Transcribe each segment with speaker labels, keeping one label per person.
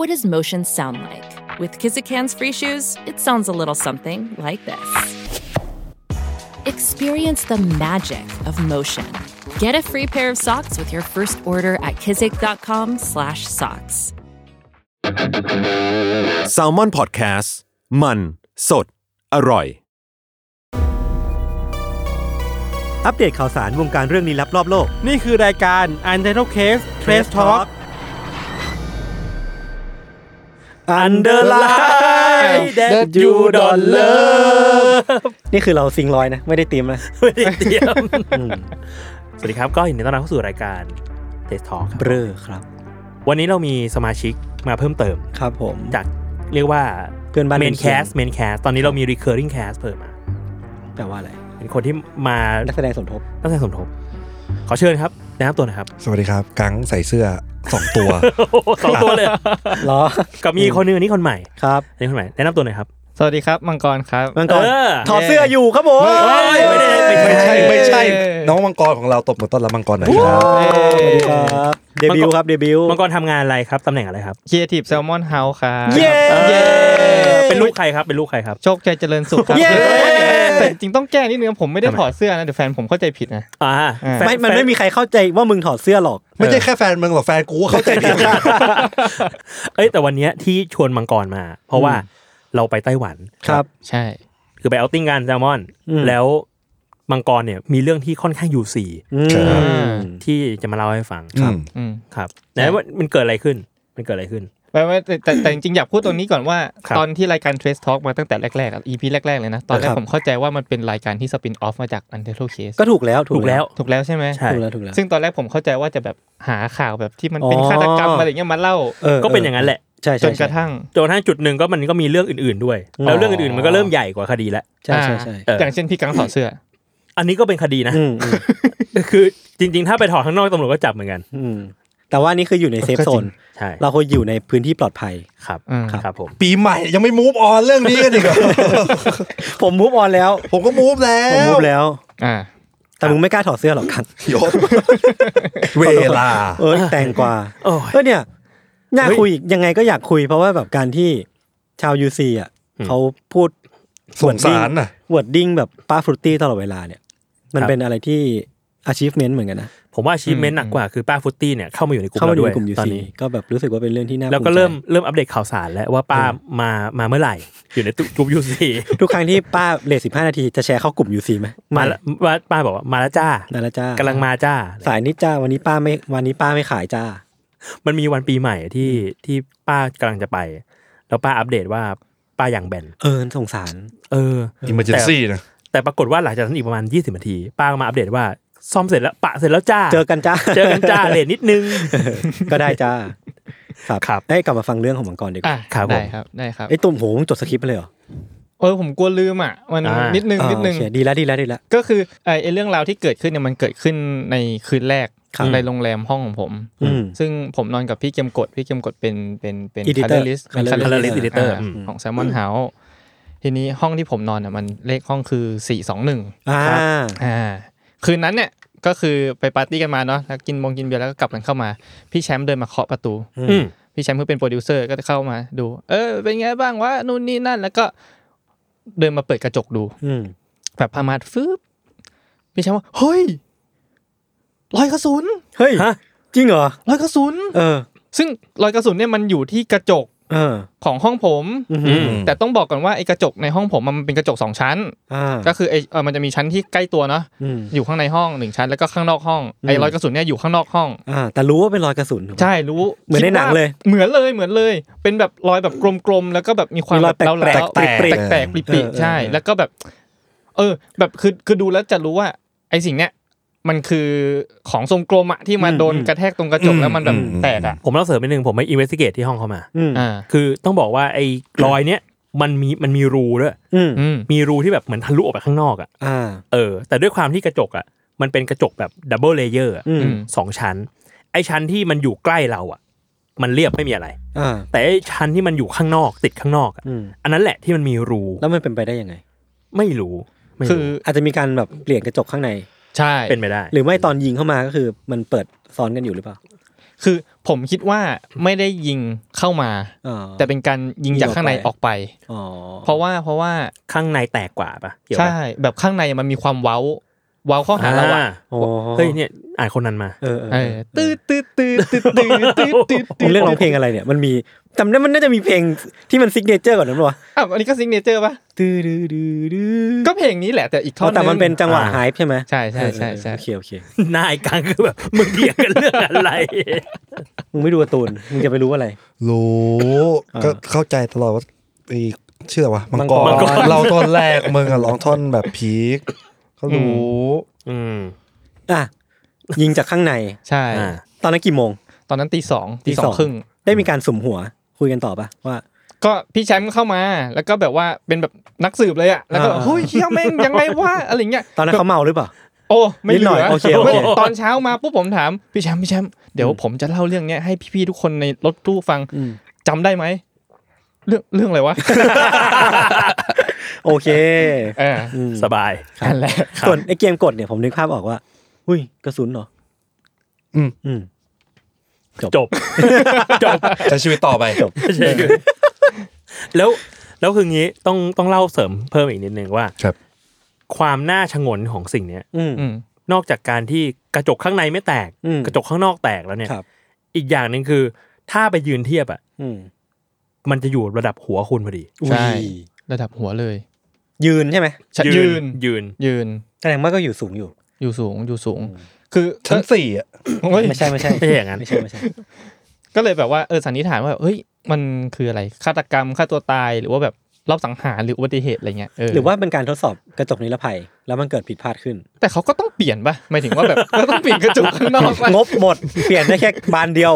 Speaker 1: What does motion sound like? With Kizikans free shoes, it sounds a little something like this. Experience the magic of motion. Get a free pair of socks with your first order at kizik.com/socks.
Speaker 2: แซลมอนพอดแคสต์มันสดอร่อย
Speaker 3: อัปเดตข่าวสารวงการเรื่องลี้ลับรอบโลก
Speaker 4: นี่คือรายการ u n t i t l e d Case Trace Talk
Speaker 3: Underline
Speaker 4: That You Don't Love
Speaker 3: นี่คือเราซิงค์ลอยนะ ไม่ได้เตรียมนะ
Speaker 4: เดียวสวัสดีครับ ก็ยินดีต้อนรับเข้าสู่รายการ Trace Talk ครับ
Speaker 3: เบลอครับ
Speaker 4: วันนี้เรามีสมาชิกมาเพิ่มเติม
Speaker 3: ครับผม
Speaker 4: จากเรียกว่า
Speaker 3: เพื่อนบ้าน
Speaker 4: Main
Speaker 3: เพื่อน
Speaker 4: Cast Main Cast ตอนนี้เรามี Recurring Cast เพิ่มมา
Speaker 3: แปลว่าอะไร
Speaker 4: เป็นคนที่มา
Speaker 3: นักแสดงสมทบ
Speaker 4: ตั้งแต่สมทบ ขอเชิญครับแนะนำตัวหนะครับ
Speaker 5: สวัสดีครับกังใส่เสื้อสองตัว
Speaker 4: สองตัวเลย
Speaker 3: เหรอ
Speaker 4: กับมีอีกคนหนึงอันนี้คนใหม่
Speaker 3: ครับ
Speaker 4: อันนี้คนใหม่ แนะนำตัวหน่อยครับ
Speaker 6: สวัสดีครับ มังกรครับ
Speaker 3: มังกร
Speaker 4: เออ
Speaker 3: ถอดเสื้ออยู่ครับผม
Speaker 4: เฮ้ยไม่ได้ไม่ได้
Speaker 5: ไม่ใช่ไม่ใช่
Speaker 6: เอ้ย
Speaker 5: น้องมังกรของเราตบมือต้อนรับมังกรหน่อยครับ
Speaker 3: เอ้ยสวัสดีครับ เดบิวต์ครับ เดบิวต์
Speaker 4: มังกรทำงานอะไรครับตำแหน่งอะไรครับ
Speaker 6: Creative Salmon House ครับ
Speaker 3: เย้
Speaker 4: เย้
Speaker 3: เย้
Speaker 4: เป็นลูกใครครับเป็นลูกใครครับ
Speaker 6: โชคชัยเจริญสุขครับ
Speaker 3: เย้
Speaker 6: แต่จริงต้องแก้นิดนึงผมไม่ได้ถอดเสื้อนะเดี๋ยวแฟนผมเข้าใจผิดนะ
Speaker 4: อ่าแฟ
Speaker 3: ไม่มันไม่มีใครเข้าใจว่ามึงถอดเสื้อหรอก
Speaker 5: ไม่ใช่แค่แฟนมึงหรอกแฟนกูก็เข้าใจผิด
Speaker 4: เอ้ยแต่วันเนี้ยที่ชวนมังกรมา เพราะว่าเราไปไต้หวัน
Speaker 3: ครับ
Speaker 6: ใช่
Speaker 4: คือไปเอาติ้งกันแซลมอน
Speaker 3: อืม
Speaker 4: แล้วมังกรเนี่ยมีเรื่องที่ค่อนข้างยูซี
Speaker 3: อืม
Speaker 4: ที่จะมาเล่าให้ฟัง
Speaker 5: อืม
Speaker 6: อืม
Speaker 4: ครับไหนว่ามันเกิดอะไรขึ้นมันเกิดอะไรขึ้น
Speaker 6: แปลว่าแต่แต่แต่จริงๆ อยากพูดตรงนี้ก่อนว่า
Speaker 4: ครับ
Speaker 6: ตอนที่รายการ Trace Talk มาตั้งแต่แรกๆอ่ะ EP แรกๆ เลยนะ ตอนแรก
Speaker 3: ครับ
Speaker 6: ผมเข้าใจว่ามันเป็นรายการที่สปินออฟมาจาก u n t i t l e d Case
Speaker 3: ก็ถูกแล้ว ถู
Speaker 4: ถูกแล้ว
Speaker 6: ถูกแล้วใช่ไหม
Speaker 4: ใช่
Speaker 3: ถูกแล้ว ถูกแล้ว
Speaker 6: ซึ่งตอนแรกผมเข้าใจว่าจะแบบหาข่าวแบบที่มันเป็น
Speaker 3: อ๋อ
Speaker 6: ฆาตกรรมอะไรอย่างเงี้ยมาเล่า
Speaker 3: ออ
Speaker 4: ก็เป็นอย่างนั้นแหละ
Speaker 3: ใช่
Speaker 6: จ
Speaker 3: ใช่
Speaker 6: นกระทั่ง
Speaker 4: จนกระทั้งจุดหนึ่งก็มันก็มีเรื่องอื่นๆด้วย แล้วเรื่องอื่นๆมันก็เริ่มใหญ่กว่าคดีแล้ว
Speaker 3: ใช่ใช่ใช่
Speaker 4: เอออ
Speaker 6: อย่างเช่นพี่กังถอดเสื้อ
Speaker 4: อันนี้ก็เป็นคดีนะ
Speaker 3: อืมอืม
Speaker 4: คือจริง ๆ ถ้าไปถอดข้างนอกตำรวจก็จับเหมือนกัน
Speaker 3: อืมแต่ว่านี่คืออยู่ในเซฟโซ น
Speaker 4: ใช่
Speaker 3: เราควรอยู่ในพื้นที่ปลอดภัย
Speaker 4: ครับ
Speaker 6: อืม
Speaker 4: ครับผม
Speaker 5: ปีใหม่ยังไม่มูฟออนเรื่องนี้กันอีกเห รอ
Speaker 3: ผมมูฟออนแล้ว
Speaker 5: ผมก็มูฟแล้
Speaker 3: ผม
Speaker 5: ว
Speaker 3: มูฟแล้ว
Speaker 6: อ่า
Speaker 3: แต่มึงไม่กล้าถอดเสื้อหรอกครับ
Speaker 5: ยศเวลา
Speaker 3: เออแต่งกว่า
Speaker 4: โอ้ย
Speaker 3: เออเนี่ยน่า
Speaker 4: เฮ้ย
Speaker 3: คุยอีกยังไงก็อยากคุย เพราะว่าแบบการที่ชาวยูซีอ่ะ
Speaker 4: อืม
Speaker 3: เขาพูด
Speaker 5: สงสารน่ะ
Speaker 3: วดดิ้งแบบป้าฟรุตตี้ตลอดเวลาเนี่ย มัน
Speaker 4: ครับ
Speaker 3: เป็นอะไรที่ achievement เหมือนกันนะ
Speaker 4: ผมว่าชีพเมนต์หนักกว่าคือป้าฟุตตี้เนี่ยเข้ามาอยู่ในกลุ่ม
Speaker 3: เข้ามา
Speaker 4: เรา
Speaker 3: อยู่ใน
Speaker 4: ด้วย
Speaker 3: กลุ่มยู
Speaker 4: ตอน
Speaker 3: ซี
Speaker 4: นี้
Speaker 3: ก็แบบรู้สึกว่าเป็นเรื่องที่น่า
Speaker 4: แล้วก็
Speaker 3: ภูใจ
Speaker 4: เริ่มเริ่มอัปเดตข่าวสารแล้วว่าป้ามามาเมื่อไหร่ อยู่ในตุกลุ่มยู ซี
Speaker 3: ทุกครั้งที่ป้าเลทสิบห้านาทีจะแชร์เข้ากลุ่มยูซีไหม
Speaker 4: มาแล้วว่าป้าบอกว่ามาแล้วจ้า
Speaker 3: นั่นแหละจ้าก
Speaker 4: ำลังมาจ้า
Speaker 3: สายนี้จ้าวันนี้ป้าไม่วันนี้ป้าไม่ขายจ้า
Speaker 4: มันมีวันปีใหม่ที่ที่ป้ากำลังจะไป แล้วป้าอัปเดตว่าป้าอย่างแบน
Speaker 3: เออสงสาร
Speaker 4: เออ
Speaker 5: emergency นะ
Speaker 4: แต่ปรากฏว่าหลังจากนั้นอีกประมาณ 20นาที ป้าก็มาอัปเดตว่าซ่อมเสร็จแล้วปะเสร็จแล้วจ้า
Speaker 3: เจอกันจ้า
Speaker 4: เจอ กันจ้าเลทนิดนึง
Speaker 3: ก็ได้จ้าครับ
Speaker 4: ครับ
Speaker 3: เอ้ยกลับมาฟังเรื่องของมังกรดีก
Speaker 6: อ่ะ
Speaker 3: ว่า
Speaker 4: ครับผม
Speaker 6: ได้ครับได้ครับ
Speaker 3: ไอ้ตุ่มโหมึงจดสคริปต์ไปเลยเหรอ
Speaker 6: เออผมกลัวลืมอ่ะมัน
Speaker 4: อ่านิ
Speaker 6: นิดนึง
Speaker 3: อ่า
Speaker 6: นิดนึง
Speaker 3: โอเคดีแล้วดีแล้วดีแล้ว
Speaker 6: ก็คือไอ้ไอ้เรื่องราวที่เกิดขึ้นเนี่ยมันเกิดขึ้นในคืนแรก
Speaker 3: ครับ
Speaker 6: ในโรงแรมห้องของผม
Speaker 3: อืม
Speaker 6: ซึ่งผมนอนกับพี่เกมกดพี่เกมกดเป็นเป็นเป็น
Speaker 3: Editor
Speaker 6: เป็น
Speaker 3: Colorist
Speaker 6: colorist
Speaker 4: Editor
Speaker 6: า
Speaker 4: อืม
Speaker 6: ของแซมมอนเฮาทีนี้ห้องที่ผมนอนอ่ะมันเลขห้องคือสี่สองหนึ่ง
Speaker 3: อ่า
Speaker 6: อ่าคืนนั้นเนี่ยก็คือไปปาร์ตี้กันมาเนาะแล้วกินบงกินเบียร์แล้วก็กลับกันเข้ามา พี่แชมป์เดินมาเคาะประตู
Speaker 4: อืม
Speaker 6: พี่แชมป์เพิ่งเป็นโปรดิวเซอร์ก็เข้ามาดู เออ เป็นไงบ้างวะนู่นนี่นั่น แล้วก็เดินมาเปิดกระจกดู
Speaker 3: อืม
Speaker 6: แบบพามาดฟืบพี่แชมป์ว่าเฮ้ยรอยกระสุน
Speaker 3: เฮ้ย
Speaker 4: ฮะ
Speaker 3: จริงเหรอ
Speaker 6: รอยกระสุน
Speaker 3: เออ
Speaker 6: ซึ่งรอยกระสุนเนี่ยมันอยู่ที่กระจก
Speaker 3: เออ
Speaker 6: ของห้องผม
Speaker 3: อืม
Speaker 5: อืม
Speaker 6: แต่ต้องบอกก่อนว่าไอ้กระจกในห้องผมมันเป็นกระจกสองชั้น
Speaker 3: อ่า
Speaker 6: ก็คือไอ้เออมันจะมีชั้นที่ใกล้ตัวเนาะ
Speaker 3: อืม
Speaker 6: อยู่ข้างในห้องหนึ่งชั้นแล้วก็ข้างนอกห้องไอ้
Speaker 3: อืม
Speaker 6: รอยกระสุนเนี่ยอยู่ข้างนอกห้อง
Speaker 3: อ่า แต่รู้ว่าเป็นรอยกระสุน
Speaker 6: ใช่รู้
Speaker 3: เหมือนในหนังเลย
Speaker 6: คิดว่าเหมือนเลยเหมือนเลย เป็นแบบรอยแบบกลมๆแล้วก็แบบมีความ
Speaker 3: มีร
Speaker 6: แบ
Speaker 3: อย
Speaker 6: บ
Speaker 3: แปลก
Speaker 6: เล้า
Speaker 3: แปลก
Speaker 6: ๆ
Speaker 3: แปลก
Speaker 6: แปลกแปลกๆปลิป
Speaker 3: เออเออ
Speaker 6: ใช่
Speaker 3: เออ
Speaker 6: แล้วก็แบบ เออ แบบคือคือดูแล้วจะรู้ว่า ไอ้สิ่งเนี้ย มันคือของทรงกลมอะที่มา
Speaker 3: อืม
Speaker 6: โดนกระแทกตรงกระจกแล้วมันแบบ
Speaker 5: อืมอืม
Speaker 6: แตกอะ
Speaker 4: ผมเล่าเสริมไปหนึ่งผมไปอินเวสติเกตที่ห้องเขามา
Speaker 3: อืม
Speaker 6: อ่า
Speaker 4: คือต้องบอกว่าไอ้รอยเนี้ยมันมีมันมีรูด้วย
Speaker 3: อืม
Speaker 6: อืม
Speaker 4: มีรูที่แบบเหมือนทะลุออกไปข้างนอกอ่ะ
Speaker 3: อ่า
Speaker 4: เออแต่ด้วยความที่กระจกอ่ะมันเป็นกระจกแบบดับเบิลเลเยอร์
Speaker 3: อืม
Speaker 6: อืม
Speaker 4: สองชั้น ไอ้ชั้นที่มันอยู่ใกล้เราอ่ะ มันเรียบไม่มีอะไร
Speaker 3: อ่า
Speaker 4: แต่ไอ้ชั้นที่มันอยู่ข้างนอกติดข้างนอกอะ
Speaker 3: อืม
Speaker 4: อันนั้นแหละที่มันมีรู
Speaker 3: แล้วมันเป็นไปได้ยังไง
Speaker 4: ไม่รู้ไม่
Speaker 6: คื
Speaker 4: รู้
Speaker 6: อ
Speaker 3: อาจจะมีการแบบเปลี่ยนกระจกข้างใน
Speaker 6: ใช่
Speaker 4: เป็นไปได้
Speaker 3: หรือไม่ตอนยิงเข้ามาก็คือมันเปิดซ้อนกันอยู่หรือเปล่า
Speaker 6: คือผมคิดว่าไม่ได้ยิงเข้ามา
Speaker 3: อ๋อ
Speaker 6: แต่เป็นการยิงจากข้างใน
Speaker 3: ยิง
Speaker 6: อ
Speaker 3: อ
Speaker 6: อ
Speaker 3: อก ก
Speaker 6: ไป
Speaker 3: ไป อ๋อ
Speaker 6: เพราะว่าเพราะว่า
Speaker 4: ข้างในแตกกว่าปะเกี่ยวปะ
Speaker 6: ใช่แบบข้างในมันมีความเว้าเว้าเข้าหาเราอะ
Speaker 3: โอ้
Speaker 4: เฮ้ยเนี่ยอ่านคนนั้นมา
Speaker 3: เออเออ
Speaker 6: เอ
Speaker 3: เอ
Speaker 6: อ
Speaker 3: อ
Speaker 6: ตืดตืดตืดตืดตืดตืดตืด
Speaker 3: มึงเรื่องร้องเพลงอะไรเนี่ยมันมีจำได้มันน่าจะมีเพลงที่มันซิกเนเจอร์ก่อนนั้นปะวะ
Speaker 6: อ่ะอันนี้ก็ซิงเนเจอร์ปะ
Speaker 3: ดื้อดื้อดื้อดื้อ
Speaker 6: ก็เพลงนี้แหละแต่อีกท่อ
Speaker 3: อ๋
Speaker 6: น
Speaker 3: อแต่มันเป็นจังหวะ
Speaker 4: อ่า
Speaker 3: หายใช่ไหม
Speaker 6: ใช่ใช่ใช่ใช่
Speaker 3: เออเออโอเคโอเค
Speaker 4: หนายกลางคือแบบมึงเถียงกันเรื่องอะไร
Speaker 3: มึงไม่ดูการ์ตูนมึงจะไปรู้อะไร
Speaker 5: รู้
Speaker 3: อ่า
Speaker 5: ก็เข้าใจตลอดว่าไอ้ชื่ออะไรวะมังกร
Speaker 3: มังกร
Speaker 5: เราตอนแรกมึงอะร้องท่อนแบบพีคก็รู้
Speaker 4: อืม
Speaker 3: อ่ะยิงจากข้างใน
Speaker 6: ใช่
Speaker 4: อ่า
Speaker 3: ตอนนั้นกี่โมง
Speaker 6: ตอนนั้นตีสอง
Speaker 3: ตี
Speaker 6: ตีส
Speaker 3: ส
Speaker 6: อ
Speaker 3: อง ง
Speaker 6: ครึ่ง
Speaker 3: ได้มีการสุ่มหัวคุยกันต่อปะว่า
Speaker 6: ก็พี่แชมป์เข้ามา แล้วก็แบบว่าเป็นแบบนักสืบเลยอะแล้วก็
Speaker 3: อ่า
Speaker 6: เฮ้ยเฮียแม่งยังไงวะอะไรเงี้ย
Speaker 3: ตอนนั้นเขาเมาหรือเปล่า
Speaker 6: โอ้ไม่
Speaker 3: นิ
Speaker 6: เห
Speaker 3: ดหน่
Speaker 6: ลื
Speaker 3: อย
Speaker 6: อ
Speaker 3: โอเคโอเค
Speaker 6: ตอนเช้ามาปุ๊บผมถามพี่แชมป์พี่แชมป์เดี๋ยวผมจะเล่าเรื่องเนี้ยให้พี่ๆทุกคนในรถตู้ฟังจำได้ไหมเรื่องเรื่องอะไรวะ
Speaker 3: โอเค
Speaker 6: เออ
Speaker 3: อืม
Speaker 4: สบาย
Speaker 6: นั่นแหละ
Speaker 3: ส่วนไอ้เกมกดเนี่ยผมนึกภาพออกว่าอุ้ยกระสุนเหรอ
Speaker 5: อืม
Speaker 3: อืม
Speaker 4: จบ จบ
Speaker 5: ใช้ชีวิตต่อไป
Speaker 3: จบ
Speaker 4: ใช่แล้วแล้วคืองี้ต้องต้องเล่าเสริมเพิ่มอีกนิดนึงว่า
Speaker 5: ครับ
Speaker 4: ความน่าชงนของสิ่งเนี้ย
Speaker 3: อืม
Speaker 6: อืม
Speaker 4: นอกจากการที่กระจกข้างในไม่แตก
Speaker 3: อืม
Speaker 4: กระจกข้างนอกแตกแล้วเนี่ย
Speaker 3: ครับ
Speaker 4: อีกอย่างหนึ่งคือ ถ้าไปยืนเทียบอ่ะ
Speaker 3: อืม
Speaker 4: มันจะอยู่ระดับหัวคุณพอดี
Speaker 6: ใช่ระดับหัวเลย
Speaker 3: ยืนใช่ไหม
Speaker 6: ยืน
Speaker 4: ยืน
Speaker 6: ยืน
Speaker 3: แสดงว่าก็อยู่สูงอยู่
Speaker 6: อยู่สูงอยู่สูง คือ
Speaker 5: ชั้นสี่อะ
Speaker 6: เฮ้ย
Speaker 3: ไม่ใช่ไม่ใช่
Speaker 4: ไม่ใช่อย่างนั้น
Speaker 3: ไม่ใช่ไม่ใช่
Speaker 6: ก็เลยแบบว่าเออสันนิษฐานว่าเฮ้ยมันคืออะไรฆาตกรรมฆ่าตัวตายหรือว่าแบบรอบสังหารหรืออุบัติเหตุอะไรเงี้ยเห
Speaker 3: รือว่าเป็นการทดสอบกระจกนิรภัย แล้วมันเกิดผิดพลาดขึ้น
Speaker 6: แต่เขาก็ต้องเปลี่ยนป่ะหมายถึงว่าแบบ ก็ต้องเปลี่ยนกระจกข้างนอกป่ะ
Speaker 3: งบหมด เปลี่ยนได้แค่บานเดียว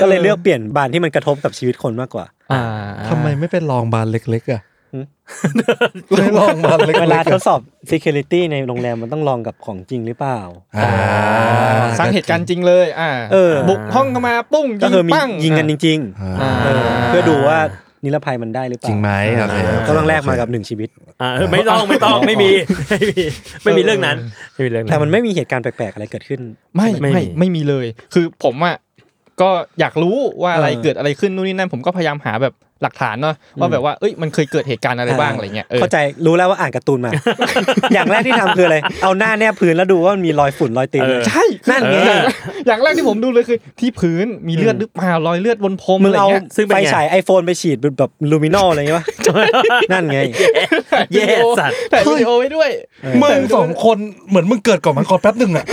Speaker 3: ก็เลยเลือกเปลี่ยนบานที่มันกระทบกับชีวิตคนมากกว่า
Speaker 6: อ่า
Speaker 5: ทำไมไม่เป็นลองบานเล็กๆอ่ะ
Speaker 3: หืม
Speaker 5: ไม่ลองบานเล็กๆ
Speaker 3: เว
Speaker 5: อะ
Speaker 3: ลาทดสอบ security ในโรงแรมมันต้องลองกับของจริงหรือเปล่า
Speaker 5: อ่า
Speaker 6: สร้างเหตุการณ์จริงเลย อ่า
Speaker 3: เออ
Speaker 6: บุกห้องเข้ามาปุ้ง
Speaker 3: ก็
Speaker 6: ยิง
Speaker 3: คือมี
Speaker 6: ปั้ง
Speaker 3: ยิงกันจริง
Speaker 5: อ่า
Speaker 6: อ่า
Speaker 3: ๆเออเพื่อดูว่านิรภัยมันได้หรือเป
Speaker 5: จริ
Speaker 3: ล่าง
Speaker 5: ไหมโอเคโเค
Speaker 3: ก็ต้องแลกมากับหนึ่งชีวิต
Speaker 4: อ่าเออไม่ต้องไม่ต้องไม่มี ไม่มีไม่มีเรื่องนั้นไม่มีเรื่องนั้น
Speaker 3: แต่มันไม่มีเหตุการณ์แปลกๆอะไรเกิดขึ้น
Speaker 6: ไม่
Speaker 4: ไม่
Speaker 6: ไม่
Speaker 4: มี
Speaker 6: ไม่มีเลย คือผมอ่ะก็อยากรู้ว่าอะไร
Speaker 3: เออ
Speaker 6: เกิดอะไรขึ้นนู่นนี่นั่นผมก็พยายามหาแบบหลักฐานเนาะว่าแบบว่าเอ้ยมันเคยเกิดเหตุการณ์อะไรบ้างอะไรเงี้ยเออ
Speaker 3: เข้าใจรู้แล้วว่าอ่านการ์ตูนมา อย่างแรกที่ทำคืออะไร เอาหน้าแนบพื้นแล้วดูว่ามันมีรอยฝุ่นรอยตีน
Speaker 4: เออ
Speaker 3: ใช่นั่นไง
Speaker 6: เอออย่างแรกที่ผมดูเลยคือ ที่พื้นมีเลือดหรือเปล่ารอยเลือดบนพรม
Speaker 3: มึง
Speaker 6: อะไร
Speaker 3: เอา
Speaker 6: เงี้ย
Speaker 4: ซึ่งเป็น
Speaker 3: ไฟ
Speaker 4: ไง
Speaker 3: ฉายไอโฟนไปฉีดแบบลูมินอลอะไรอย่างเงี้ยวะนั่นไง
Speaker 4: เย่สัตว์
Speaker 6: แต่ายวิดีโอไว้ด้วย
Speaker 5: มึงสองคนเหมือนมึงเกิดก่อนมังกรแป๊บหนึ่งอะ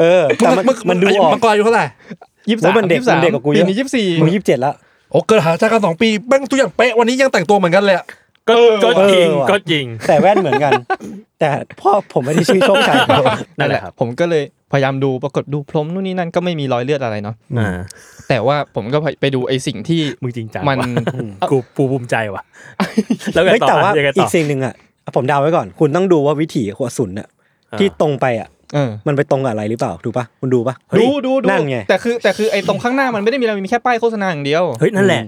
Speaker 3: เออแต่มัน
Speaker 5: ง
Speaker 3: มันดูออก
Speaker 5: มังกรอายู่เท่าไหร่
Speaker 6: ยี่สิบสา
Speaker 3: โอ้
Speaker 6: ม
Speaker 3: ยมันเด็ก
Speaker 6: ยี่สิบสาม
Speaker 3: มันเด็กกว่ากูเย
Speaker 6: ปี
Speaker 3: อะ
Speaker 6: นี้ยี่สิบสี่
Speaker 3: มึงยี่สิบเจ็ดละ
Speaker 5: โอ้เกิดหาจากกันสองปีแม่งตัวอย่างเป๊ะวันนี้ยังแต่งตัวเหมือนกันเลยอะ
Speaker 4: ก็ก็จริง
Speaker 3: เออว่ะ
Speaker 4: ก็จริง
Speaker 3: แต่แว่นเหมือนกัน แต่พ่อผมไม่ได้ชื่อโชคชัย
Speaker 4: นั่นแหละครับ
Speaker 6: ผมก็เลยพยายามดูปรากฏดูพรมนู่นนี่นั่นก็ไม่มีรอยเลือดอะไรเนาะ
Speaker 4: อ่า
Speaker 6: แต่ว่าผมก็ไปดูไอสิ่งที่
Speaker 4: มึงจริงจัง
Speaker 6: มัน
Speaker 4: ว่ะกูปูภูมิใจ ว่ะ แล้วไง
Speaker 3: เฮ้ย
Speaker 4: ต่อ
Speaker 3: แต่ว่า
Speaker 4: ยังไง
Speaker 3: อี
Speaker 4: ต่อก
Speaker 3: สิ่งหนึ่งอ่ะผมเดาไว้ก่อน คุณต้องดูว่าวิถีหัวสุนอ่ะที่ตรงไปอ่ะ
Speaker 6: เออ
Speaker 3: มันไปตรงกับอะไรหรือเปล่าถูกปะคุณดูปะ
Speaker 6: ดูดูดู
Speaker 3: นั่นไง
Speaker 6: แต่คือแต่คือไอตรงข้างหน้ามันไม่ได้มีอะไรมีแค่ป้ายโฆษณาอย่างเดียว
Speaker 4: เฮ้ยนั่นแหละ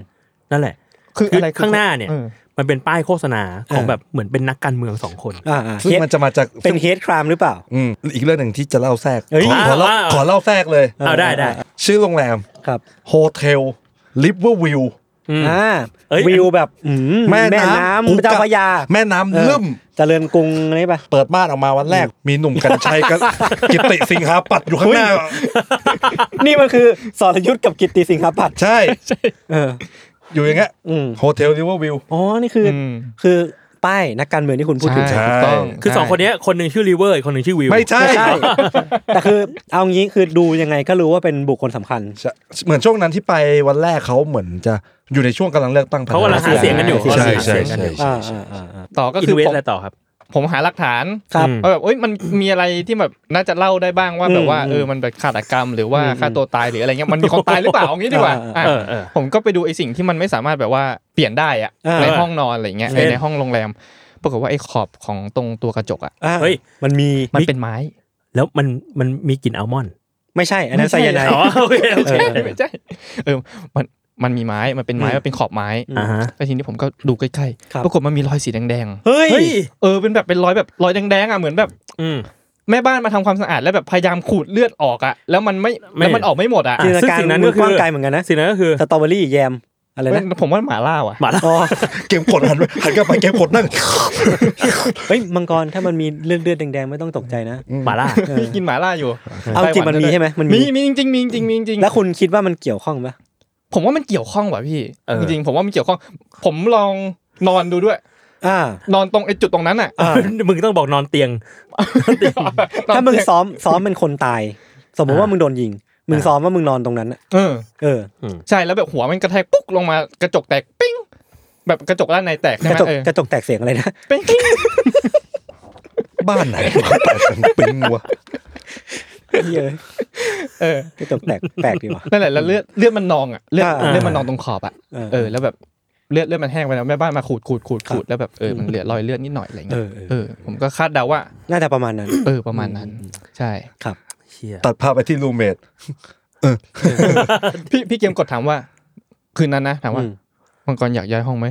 Speaker 4: นั่นแหละ
Speaker 6: คือ
Speaker 4: คือ
Speaker 6: อะไร
Speaker 4: ข้างหน้าเนี่ย
Speaker 6: ออ
Speaker 4: มันเป็นป้ายโฆษณาของ
Speaker 3: เออ
Speaker 4: แบบเหมือนเป็นนักการเมืองสองคน
Speaker 3: อ่าๆ
Speaker 5: ซึ่ง
Speaker 3: เฮด
Speaker 5: มันจะมาจาก
Speaker 3: เป็นเฮดครามหรือเปล่า
Speaker 5: อืมอีกเรื่องหนึ่งที่จะเล่าแทรก
Speaker 3: เฮ้ย
Speaker 5: ขอขอเล่า
Speaker 4: ว้าว
Speaker 5: ขอเล่าแทรกเลย
Speaker 4: เอาได้ได้
Speaker 5: ชื่อโรงแรม
Speaker 3: ครับ
Speaker 5: โฮเทลลิฟเวอร์วิว
Speaker 3: อ่า
Speaker 4: เอ้ย
Speaker 3: วิวแบบอืมแม่น้ำเจ้าพระยา
Speaker 5: แม่น้ำ
Speaker 3: เออ
Speaker 5: ลึ่ม
Speaker 3: เจริญกรุงอะไรปะ
Speaker 5: เปิดบ้านออกมาวันแรก มีหนุ่มกันชัย กับ กิติสิงหาปัดอยู่ข้างหน้า
Speaker 3: นี่มันคือสรยุทธกับกิตติสิงหปัตย์
Speaker 5: ใช่
Speaker 3: เออ
Speaker 5: อยู่อย่างเงี้ย
Speaker 3: อืม
Speaker 5: โฮเทลลิเวอร์วิว
Speaker 3: อ๋อนี่คืออ
Speaker 6: อืม
Speaker 3: คือป้ายนักการเมืองที่คุณพูดถึง
Speaker 6: ใช่ถูกต้อง
Speaker 4: คือสองคนเนี้ยคนหนึ่งชื่อรีเวอร์อีกคนหนึ่งชื่อวิว
Speaker 5: ไม่ใช่
Speaker 3: ใช่ แต่คือเอางี้คือดูยังไงก็รู้ว่าเป็นบุคคลสำคัญ
Speaker 5: ใช่เหมือนช่วงนั้นที่ไปวันแรกเขาเหมือนจะอยู่ในช่วงกำลังเลือกตั้งพรรค
Speaker 4: เขากำลังหาเสียงกันอยู่
Speaker 5: ใช่
Speaker 4: เขากำลังหา
Speaker 5: ใช่
Speaker 4: เสียงกันอ
Speaker 5: ใช่
Speaker 4: ยู่
Speaker 5: ใช่
Speaker 3: อ่าอ่าอ่าอ่า
Speaker 6: ต่อก็
Speaker 4: อิ
Speaker 6: คื
Speaker 4: น
Speaker 6: อ
Speaker 4: เวส
Speaker 6: ผม
Speaker 4: อะไรต่อครับ
Speaker 6: ผมหาหลักฐาน
Speaker 3: ครับ
Speaker 6: ว่าแบบเอ้ยมันมีอะไรที่แบบน่าจะเล่าได้บ้างว่าแบบว่าเออมันแบบฆาตกรรม หรือว่าฆ่าตัวตายหรืออะไรเงี้ยมันมีคนตายหรือเปล่าอย่างนี้ดีกว่าอ่ะ
Speaker 4: เออเออ
Speaker 6: ผมก็ไปดูไอ้สิ่งที่มันไม่สามารถแบบว่าเปลี่ยนได้อะ
Speaker 3: อ่า
Speaker 6: ในห้องนอนอะไรเงี้ย
Speaker 4: เช่น
Speaker 6: ในห้องโรงแรมปรากฏว่าไอ้ขอบของตรงตัวกระจกอะ
Speaker 3: อ่ะ
Speaker 4: เฮ้ย
Speaker 3: มันมี
Speaker 6: มันเป็นไม้
Speaker 4: แล้วมันมันมีกลิ่นอัลมอนด์
Speaker 3: ไม่ใช่ อันนั้นไซยาไนด์
Speaker 4: อ๋อโอเคโอเค
Speaker 6: ใช่ไม่ใช่เออมันมันมีไม้มันเป็นไม้มันเป็นขอบไม้
Speaker 4: อ่าฮะ
Speaker 6: แล้วทีนี้ผมก็ดูใกล้
Speaker 3: ครับ
Speaker 6: ๆ ปรากฏมันมีรอยสีแดง
Speaker 3: เฮ้ย
Speaker 4: เฮ้ย
Speaker 6: ๆ เออ เป็นแบบเป็นรอยแบบรอยแดงๆอ่ะ เหมือนแบบ
Speaker 4: อืม
Speaker 6: แม่บ้านมาทำความสะอาดแล้วแบบพยายามขูดเลือดออกอ่ะ แล้วมันไม่
Speaker 4: ไม่
Speaker 6: แล้วมันออกไม่หมดอ่ะ
Speaker 3: จินตนาการ
Speaker 4: ซึ่งสิ่งนั้น
Speaker 3: มื
Speaker 4: ก็
Speaker 3: อ
Speaker 4: คื
Speaker 3: ก
Speaker 4: อ
Speaker 3: ว้างไกลเหมือนกันนะ
Speaker 4: สิ่งนั้นก็คือ
Speaker 3: สตรอเบอรี่แยมอะไรนะ
Speaker 6: ผมว่าหมาล่าว่ะ
Speaker 4: หมาล่า
Speaker 3: อ๋อ
Speaker 5: เกมกดหันไปหันกลับไปเกมกดนั่ง
Speaker 3: เฮ้ยมังกรถ้ามันมีเลือดเลือดๆแดงๆไม่ต้องตกใจนะ
Speaker 4: หมาล่า
Speaker 6: มีกินหมาล่าอยู่
Speaker 3: เอาจริงมันมีใช่ไหมมันมี
Speaker 6: มีมีจริงๆมีจริงๆมีจริงๆ
Speaker 3: แล้วคุณคิดว่ามันเกี่ยวข้องปะ
Speaker 6: ผมว่ามันเกี่ยวข้องว่ะพี่
Speaker 4: เออ
Speaker 6: จริงๆ ผมว่ามันเกี่ยวข้อง ผมลองนอนดูด้วย
Speaker 3: อ่า
Speaker 6: นอนตรงไอ้จุดตรงนั้นอ่ะ
Speaker 4: มึงต้องบอกนอนเตียง
Speaker 3: ถ้ามึงซ้อมซ้อมเป็นคนตาย สมมติว่ามึงโดนยิง มึงซ้อมว่ามึงนอนตรงนั้นอะ
Speaker 6: เออ
Speaker 3: เออ
Speaker 6: ใช่ แล้วแบบหัวมันกระแทกปุ๊กลงมากระจกแตกปิ้ง แบบกระจกด้านในแตก
Speaker 3: ก
Speaker 6: ใช่
Speaker 3: ระ
Speaker 6: ไหม
Speaker 3: จก
Speaker 6: เออก
Speaker 3: ระจกแตกเสียงอะไรนะ
Speaker 6: ปิ้งปิ้ง
Speaker 5: บ้านไหนมันแตกเป็นปิ้งวะ
Speaker 3: เหี้ย
Speaker 6: เออ
Speaker 3: กระจกแตกแตกดีว่ะ
Speaker 6: นั่นแหละแล้วเลือดเลือดมันนองอ่ะเลือด
Speaker 3: อ่า
Speaker 6: เลือดมันนองตรงขอบอ่ะ
Speaker 3: เออ
Speaker 6: เออแล้วแบบเลือดเลือดมันแห้งไปแล้วแม่บ้านมาขูดขูดขูดขูดแล้วแบบเออมันเหลือรอยเลือดนิดหน่อยอะไรเงี้ย
Speaker 3: เออเออ
Speaker 6: เออผมก็คาดเดาว่า
Speaker 3: น่าจะประมาณนั้น
Speaker 6: เออประมาณนั้น ใช่
Speaker 4: เชี่ย
Speaker 5: ตัดภาพไปที่รูเมด
Speaker 6: พี่พี่เกมกดถามว่า คืนนั้นนะถามว่า
Speaker 3: อืม
Speaker 6: มังกรอยากย้ายห้องไหม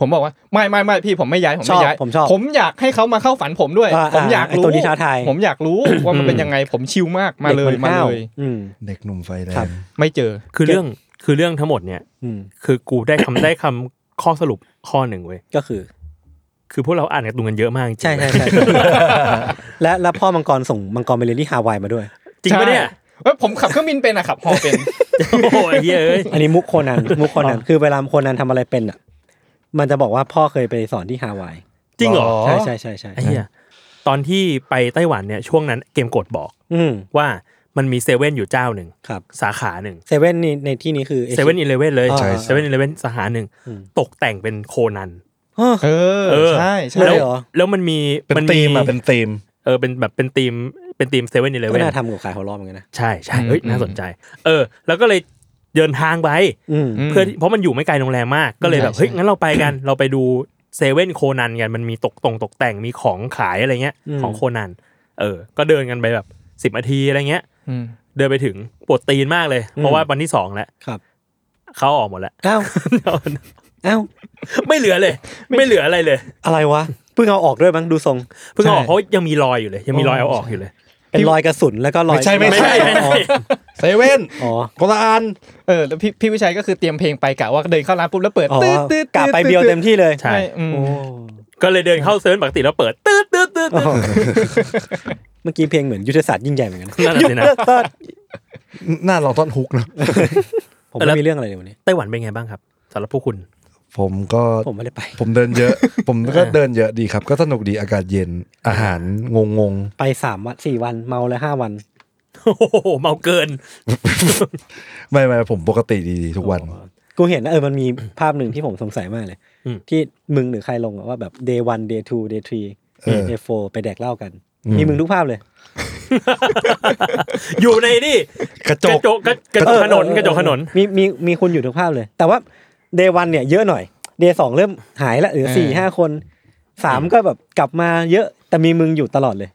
Speaker 6: ผมบอกว่าไม่ไม่ไม่พี่ผมไม่ย้ายผม
Speaker 3: ชอ
Speaker 6: ไม่
Speaker 3: บ
Speaker 6: ย้าย
Speaker 3: ผมชอบ
Speaker 6: ผมอยากให้เขามาเข้าฝันผมด้วย
Speaker 3: อ่า
Speaker 6: ผมอยาก
Speaker 3: ไอ้
Speaker 6: รู้
Speaker 3: ตัวนี้ท้าทาย
Speaker 6: ผมอยากรู้ ว่ามันเป็นยังไงผมชิลมากมาเลย
Speaker 3: ด็กน
Speaker 6: มา
Speaker 3: ห้ว
Speaker 6: เลย
Speaker 3: อืม
Speaker 5: เด็กหนุ่มไฟแด
Speaker 3: ครับ
Speaker 5: ง
Speaker 6: ไม่เจอ
Speaker 4: คือเรื่องคือเรื่องทั้งหมดเนี่ย
Speaker 3: อืม
Speaker 4: คือกูได้คำ ได้คำข้อสรุปข้อหนึ่งเว้ย
Speaker 3: ก็คือ
Speaker 4: คือพวกเราอ่านการ์ตูนกันเยอะมากจริงๆ
Speaker 3: ใช่ใช่ใช่ และและพ่อมังกรส่งมังกรไปเรียนที่ฮาวายมาด้วย
Speaker 4: จริงปะเนี่ย
Speaker 6: เอ้ยผมขับเครื่องบินเป็นอะขับฮอเป็น
Speaker 4: โอ้โหเหี้ยเอ้ย
Speaker 3: อันนี้มุกโคนันมุกโคนันคือเวลาโคนันทำอะไรเป็นอ่ะ มันจะบอกว่าพ่อเคยไปสอนที่ฮาวาย
Speaker 4: จริงเหรอ
Speaker 3: ใช่ใช่ใช่ใช่
Speaker 4: ไอ้เหี้ยตอนที่ไปไต้หวันเนี่ยช่วงนั้นเกมกดบอก
Speaker 3: อืม
Speaker 4: ว่ามันมีเซเว่นอยู่เจ้าหนึ่ง
Speaker 3: ครับ
Speaker 4: สาขาหนึ่ง
Speaker 3: เซเว่นนี่ในที่นี้คือ
Speaker 4: เซเว่นอีเลเว่นเลย
Speaker 3: อ่าใช่
Speaker 4: เซเว่นอีเลเว่นสาขาหนึ่งตกแต่งเป็นโคนัน
Speaker 3: อ้อ
Speaker 6: เออ
Speaker 4: เออ
Speaker 6: ใช่ใช่
Speaker 3: เลย
Speaker 4: แล้ว
Speaker 3: เหรอ
Speaker 4: แล้วมันมี
Speaker 5: เป็น
Speaker 4: มัน
Speaker 5: ธีมอ่ะเป็นธีม
Speaker 4: เออเป็นแบบเป็นธีมเป็นธีมเซเว่นอีเล
Speaker 3: ก็
Speaker 4: เว่น
Speaker 3: น่าทำกับขายหัวล้อเหมือนกันนะ
Speaker 4: ใช่ใช่เฮ้ย
Speaker 6: อืม
Speaker 4: น่าสนใจ เออ แล้วก็เลยเดินทางไป
Speaker 3: อืม
Speaker 6: ม
Speaker 4: เพื่อที่เพราะมันอยู่ไม่ไกลโรงแรมมากก็เลยแบบ
Speaker 6: ใช่
Speaker 4: เฮ้ย
Speaker 6: ใช่
Speaker 4: งั้นเราไปกัน เราไปดูเซเว่นโคนันกันมันมีตกตรงตกแต่งมีของขายอะไรเงี้ย
Speaker 3: อืม
Speaker 4: ของโคนันเออ ก็เดินกันไปแบบสิบนาทีอะไรเงี้ย
Speaker 6: อืม
Speaker 4: เดินไปถึงปวดตีนมากเลย เพราะว่าวันที่สองแล้ว
Speaker 3: ครับ
Speaker 4: เขาออกหมดแล้ว
Speaker 3: อ้าวอ้าว
Speaker 4: ไม่เหลือเลย ไม่เหลืออะไรเลย
Speaker 3: อะไรวะเพิ่งเอาออกด้วยมั้งดูทรง
Speaker 4: เพิ่งเอาออก
Speaker 6: ใช่
Speaker 4: เขายังมีรอยอยู่เลย ยังมีรอยเอาออกอยู่เลย
Speaker 3: เป็นรอยกระสุนแล้วก็รอย
Speaker 5: ไม่ใช่ไม่ใช่
Speaker 4: ไม่ใช่
Speaker 5: เซเว่น
Speaker 3: อ๋อ
Speaker 5: โกลาอัน
Speaker 6: เออแล้วพี่พี่วิชัยก็คือเตรียมเพลงไปกะว่าเดินเข้าร้านปุ๊บแล้วเปิด
Speaker 3: อ๋อ
Speaker 6: ตื้อตื้อตื้
Speaker 3: กะ
Speaker 6: อ
Speaker 3: ไปเบียวเต็มที่เลย
Speaker 4: ใช่
Speaker 6: ใช่อืม
Speaker 3: โอ้
Speaker 4: ก็เลยเดินเข้าเซิร์ฟปกติแล้วเปิดตืดตืดตืดตืด
Speaker 3: เมื่อกี้เพลงเหมือนยุทธศาสตร์ยิ่งใหญ่เหมือนกันนะ
Speaker 4: นั่นน่ะสินะ
Speaker 3: ยุทธศาสตร์
Speaker 5: หน้าลองท่อนฮุกนะ
Speaker 3: ผมไม่มีเรื่องอะไรเลยวันนี้
Speaker 4: ไต้หวันเป็นไงบ้างครับสำหรับพวกคุณ
Speaker 5: ผมก็
Speaker 3: ผมไม่ได้ไป
Speaker 5: ผมเดินเยอะ ผมก็เดินเยอะดีครับ ก็สนุกดีอากาศเย็นอาหารงงง
Speaker 3: ไปสามวันสี่วันเมาแล้วห้าวัน
Speaker 4: โอ้โหเมาเกิน
Speaker 5: ๆไม่ไม่ผมปกติดีๆทุกวัน
Speaker 3: กูเห็นนะเออมันมีภาพหนึ่งที่ผมสงสัยมากเลย
Speaker 4: อืม
Speaker 3: ที่มึงหรือใครลงอะว่าแบบ day one day two day three
Speaker 5: เออ
Speaker 3: day four ไปแดกเหล้ากัน
Speaker 5: อืม
Speaker 3: มีมึงทุกภาพเลย
Speaker 4: อยู่ในนี่
Speaker 5: กระจ
Speaker 4: ก
Speaker 5: ก
Speaker 4: ระจกกระกระจกถนน
Speaker 3: เออเออก
Speaker 4: ระจกถนน
Speaker 3: มีมีมีคุณอยู่ทุกภาพเลย แต่ว่าเดวันเนี่ยเยอะหน่อยเดสองเริ่มหายละเหลือสี่ห้าคนสามก็แบบกลับมาเยอะ แต่มีมึงอยู่ตลอดเลย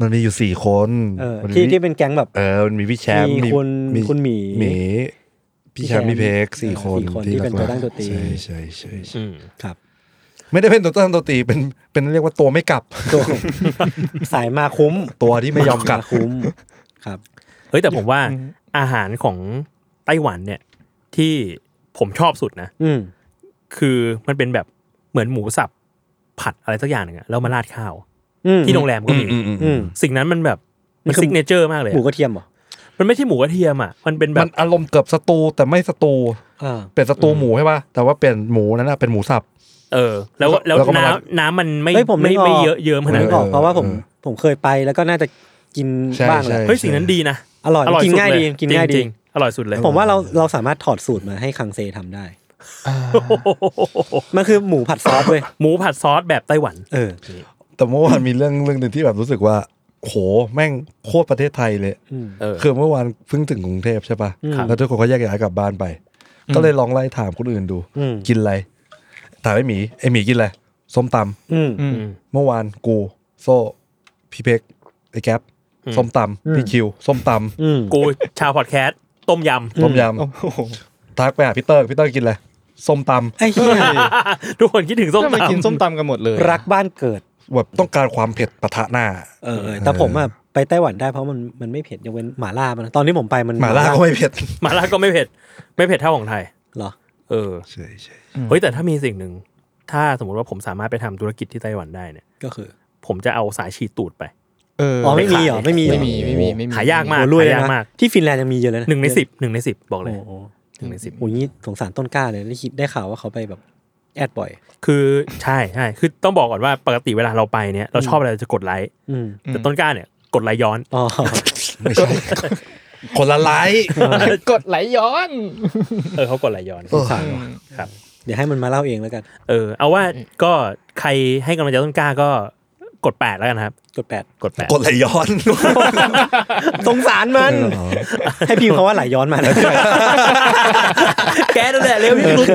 Speaker 5: มันมีอยู่สี่คน
Speaker 3: เออ
Speaker 5: มันมี
Speaker 3: ที่ที่เป็นแก๊งแบบ
Speaker 5: เออมันมีพี่แชมป์
Speaker 3: มีคุณคุณหมี
Speaker 5: หมีพี่แชมป์
Speaker 3: พี่แช
Speaker 5: พี่
Speaker 3: มป์
Speaker 5: เพกสี่
Speaker 3: เออ
Speaker 5: คน
Speaker 3: สี่คนที่เป็นตัวตั้งตัวตี
Speaker 5: ใช่ใช่ใช่ใช่
Speaker 4: อืม
Speaker 3: ครับ
Speaker 5: ไม่ได้เป็นตัวตั้งตัวตีเป็นเป็นเรียกว่าตัวไม่กลับ
Speaker 3: ตัวของ สายมาคุ้ม
Speaker 5: ตัวที่ไม่ยอมกลับ
Speaker 3: าคุ้มครับ
Speaker 4: เฮ้ยแต่ผมว่าอาหารของไต้หวันเนี่ย ที่ผมชอบสุดนะ
Speaker 3: อืม
Speaker 4: คือมันเป็นแบบเหมือนหมูสับผัดอะไรสักอย่างหนึงอะแล้วมาราดข้าว
Speaker 3: อืม
Speaker 4: ที่โรงแรมก็มี
Speaker 3: อืม
Speaker 4: สิ่งนั้นมันแบบมัน
Speaker 3: มันคือ
Speaker 4: ซิกเนเจอร์มากเลย
Speaker 3: หมู
Speaker 4: อะ
Speaker 3: กระเทียมเหรอ
Speaker 4: มันไม่ใช่หมูกระเทียมอ่ะมันเป็นแบ
Speaker 5: มั
Speaker 4: บ
Speaker 5: นอารมณ์เกือบสตูแต่ไม่สตู
Speaker 3: อ่า
Speaker 5: เป็นสตูหมูใช่ป่ะแต่ว่าเปลี่ยนหมูนั้นน่ะเป็นหมูสับ
Speaker 4: เออ แล้วก็แล้ว
Speaker 5: แล้วก็มาราด
Speaker 4: น้ำน้ำมันไม่
Speaker 3: เฮ้ยผม
Speaker 4: ไม่
Speaker 3: นึกออก
Speaker 4: ไม่เยอะเยิ้มข
Speaker 3: ผม
Speaker 4: นาดนั้
Speaker 3: นึ
Speaker 4: น
Speaker 3: กออก
Speaker 5: เออ
Speaker 3: เพราะว่าผม
Speaker 5: เออ
Speaker 3: ผมเคยไปแล้วก็น่าจะกิน
Speaker 5: ใช่
Speaker 3: บ้างแหละ
Speaker 5: ใช่
Speaker 4: เฮ้ยสิ่งนั้นดีนะ
Speaker 3: อร่อย
Speaker 4: อร่อย
Speaker 3: กิน
Speaker 4: สุด
Speaker 3: ง่าย
Speaker 4: เล
Speaker 3: ดีกินง่าย
Speaker 4: จ
Speaker 3: ดี
Speaker 4: ริๆอร่อยสุดเลย
Speaker 3: ผมว่าเราเราสามารถถอดสูตรมาให้คังเซทำได้
Speaker 6: อ่า
Speaker 4: โอ้โห
Speaker 3: มันคือหมูผัดซอสเว้ย
Speaker 4: หมูผัดซอสแบบไต้หวัน
Speaker 3: เออ
Speaker 5: แต่เมื่อวานมีเรื่องเรื่องหนึ่งที่แบบรู้สึกว่าโหแม่งโคตรประเทศไทยเลย
Speaker 3: อืม
Speaker 4: เออ
Speaker 5: คือเมื่อวานเพิ่งถึงกรุงเทพใช่ปะ
Speaker 3: ครับ
Speaker 5: แล้วทุกคนก็แยกย้ายกลับบ้านไป ก็เลยลองไล่ถามคนอื่นดู
Speaker 3: อืม
Speaker 5: กินอะไร ถามไอ้หมีไอ้หมีกินอะไร ส้มตำ
Speaker 3: อืม
Speaker 6: อืม
Speaker 5: เมื่อวานกู โซ่พี่เป็กไอ้แก๊ป
Speaker 4: อืม
Speaker 5: ส้มตำพี่คิว ส้มตำ
Speaker 3: อืม
Speaker 4: กูชาวพอดแคสต์ต้มย
Speaker 5: ต้มย
Speaker 6: โอ้โห
Speaker 5: ำทักไปหาพี่เตอร์พี่เตอร์กินอะไรส้มตำ
Speaker 3: ไอ้เหี้ย
Speaker 4: ำ ทุกคนคิดถึงส้ม
Speaker 6: ทำไม
Speaker 4: ตำ
Speaker 6: กินส้มตำกันหมดเลย
Speaker 3: รักบ้านเกิด
Speaker 5: แบบต้องการความเผ็ดปะทะหน้า
Speaker 3: เออแต่ผมอะไปไต้หวันได้เพราะมันมันไม่เผ็ดยกเว้นหมาล่ามันตอนที่ผมไปมัน
Speaker 5: หมาล่าก็ไม่เผ็ด
Speaker 4: มาล่าก็ไม่เผ็ด ไม่เผ็ดเท่าของไทย
Speaker 3: เหรอ
Speaker 4: เออ
Speaker 5: ใช่ใช่
Speaker 4: เฮ้ยแต่ถ้ามีสิ่งหนึ่ง ถ้าสมมติว่าผมสามารถไปทำธุรกิจที่ไต้หวันได้เนี่ย
Speaker 3: ก็คือ
Speaker 4: ผมจะเอาสายฉีดตูดไป
Speaker 6: เออ
Speaker 3: อ๋อไม่มีเหรอ ไม่มีเหรอ
Speaker 6: ไม่มีไม่มีไม่มี
Speaker 4: หายากมาก
Speaker 3: โอ้รวยเลย
Speaker 4: หายาก
Speaker 3: นะ
Speaker 4: มาก
Speaker 3: ที่ฟินแลนด์ยังมีเยอะเลยนะ
Speaker 4: หนึ่งในสิบหนึ่งในสิบบอกเล
Speaker 3: โอ้
Speaker 4: ย
Speaker 3: โห
Speaker 4: หนึ่งในสิบ
Speaker 3: โอ้ยนี่สงสารต้นกล้าเลยได้คิดได้ข่าวว่าเขาไปแบบแอดบ่อย
Speaker 4: คือใช่ใช่คือต้องบอกก่อนว่าปกติเวลาเราไปเนี่ยเราชอบอะไรเราจะกดไลค์
Speaker 3: อืม
Speaker 4: แต่ต้นกล้าเนี่ยกดไลค์ย้อน
Speaker 3: อ๋อ
Speaker 5: ไม่ใช่คนละไลฟ์
Speaker 6: กดไหลย้อน
Speaker 4: เออเขากดไลค์ย้อน
Speaker 5: เออ
Speaker 3: เดี๋ยวให้มันมาเล่าเองแล้วกัน
Speaker 4: เออเอาว่าก็ใครให้กำลังใจต้นกล้าก็กดแปดแล้วกันครับ
Speaker 3: กดแปด
Speaker 4: กดแปด
Speaker 5: กดไหลย้อน
Speaker 3: สงสารมัน ให้พิมพ์เขาว่าไหลย้อนมานะ
Speaker 4: แกนั่นแหละเร็วที่สุด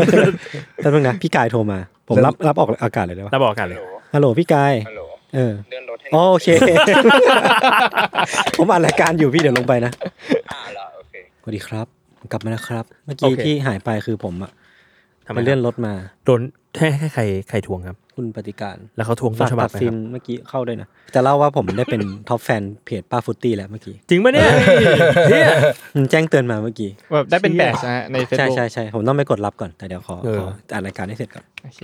Speaker 3: แป๊บนึงนะพี่กายโทรมา ผมรับรับออกอากาศเลยได้ปะ
Speaker 4: เราบอกกันเลย
Speaker 3: ฮัลโหลพี่กาย
Speaker 7: ฮัลโหล
Speaker 3: เออ
Speaker 7: เลื่อนรถให้ห
Speaker 3: อ๋
Speaker 7: น่
Speaker 3: อ
Speaker 7: อย
Speaker 3: โอเค ผมอ่านรายการอยู่พี่เดี๋ยวลงไปนะ
Speaker 7: อ่าเหรอโอเค
Speaker 3: สวัสดีครับผมกลับมาแล้วครับ เมื่อ
Speaker 4: โอ
Speaker 3: กี้
Speaker 4: เค
Speaker 3: ที่หายไปคือผมอะ
Speaker 4: ทำไม
Speaker 3: ไปเลื่อนรถมา
Speaker 4: โดนให้ให้ใครใครทวงครับ
Speaker 3: คุณปฏิการ
Speaker 4: แล้วเขาทวงต้
Speaker 3: ฝาน ก
Speaker 4: ฉบั
Speaker 3: ตั
Speaker 4: บ
Speaker 3: ด
Speaker 4: ไหม
Speaker 3: ฟิ
Speaker 4: ครั
Speaker 3: น
Speaker 4: บ
Speaker 3: เมื่อกี้เข้าด้วยนะจะเล่าว่าผมได้เป็น ท็อปแฟนเพจป้าฟุตตี้แล้วเมื่อกี้
Speaker 4: จริงปะเนี่ยเหี้ย
Speaker 3: มันแจ้งเตือนมาเมื่อกี้
Speaker 6: แบบได้เป็นแบชนะฮะในเฟซ
Speaker 3: ใช่
Speaker 6: บุ๊ก
Speaker 3: ใช่ใช่ผมต้องไปกดรับก่อนแต่เดี๋ยวขอ
Speaker 4: เออ
Speaker 3: ขออ่านรายการให้เสร็จก่อน
Speaker 6: โอเค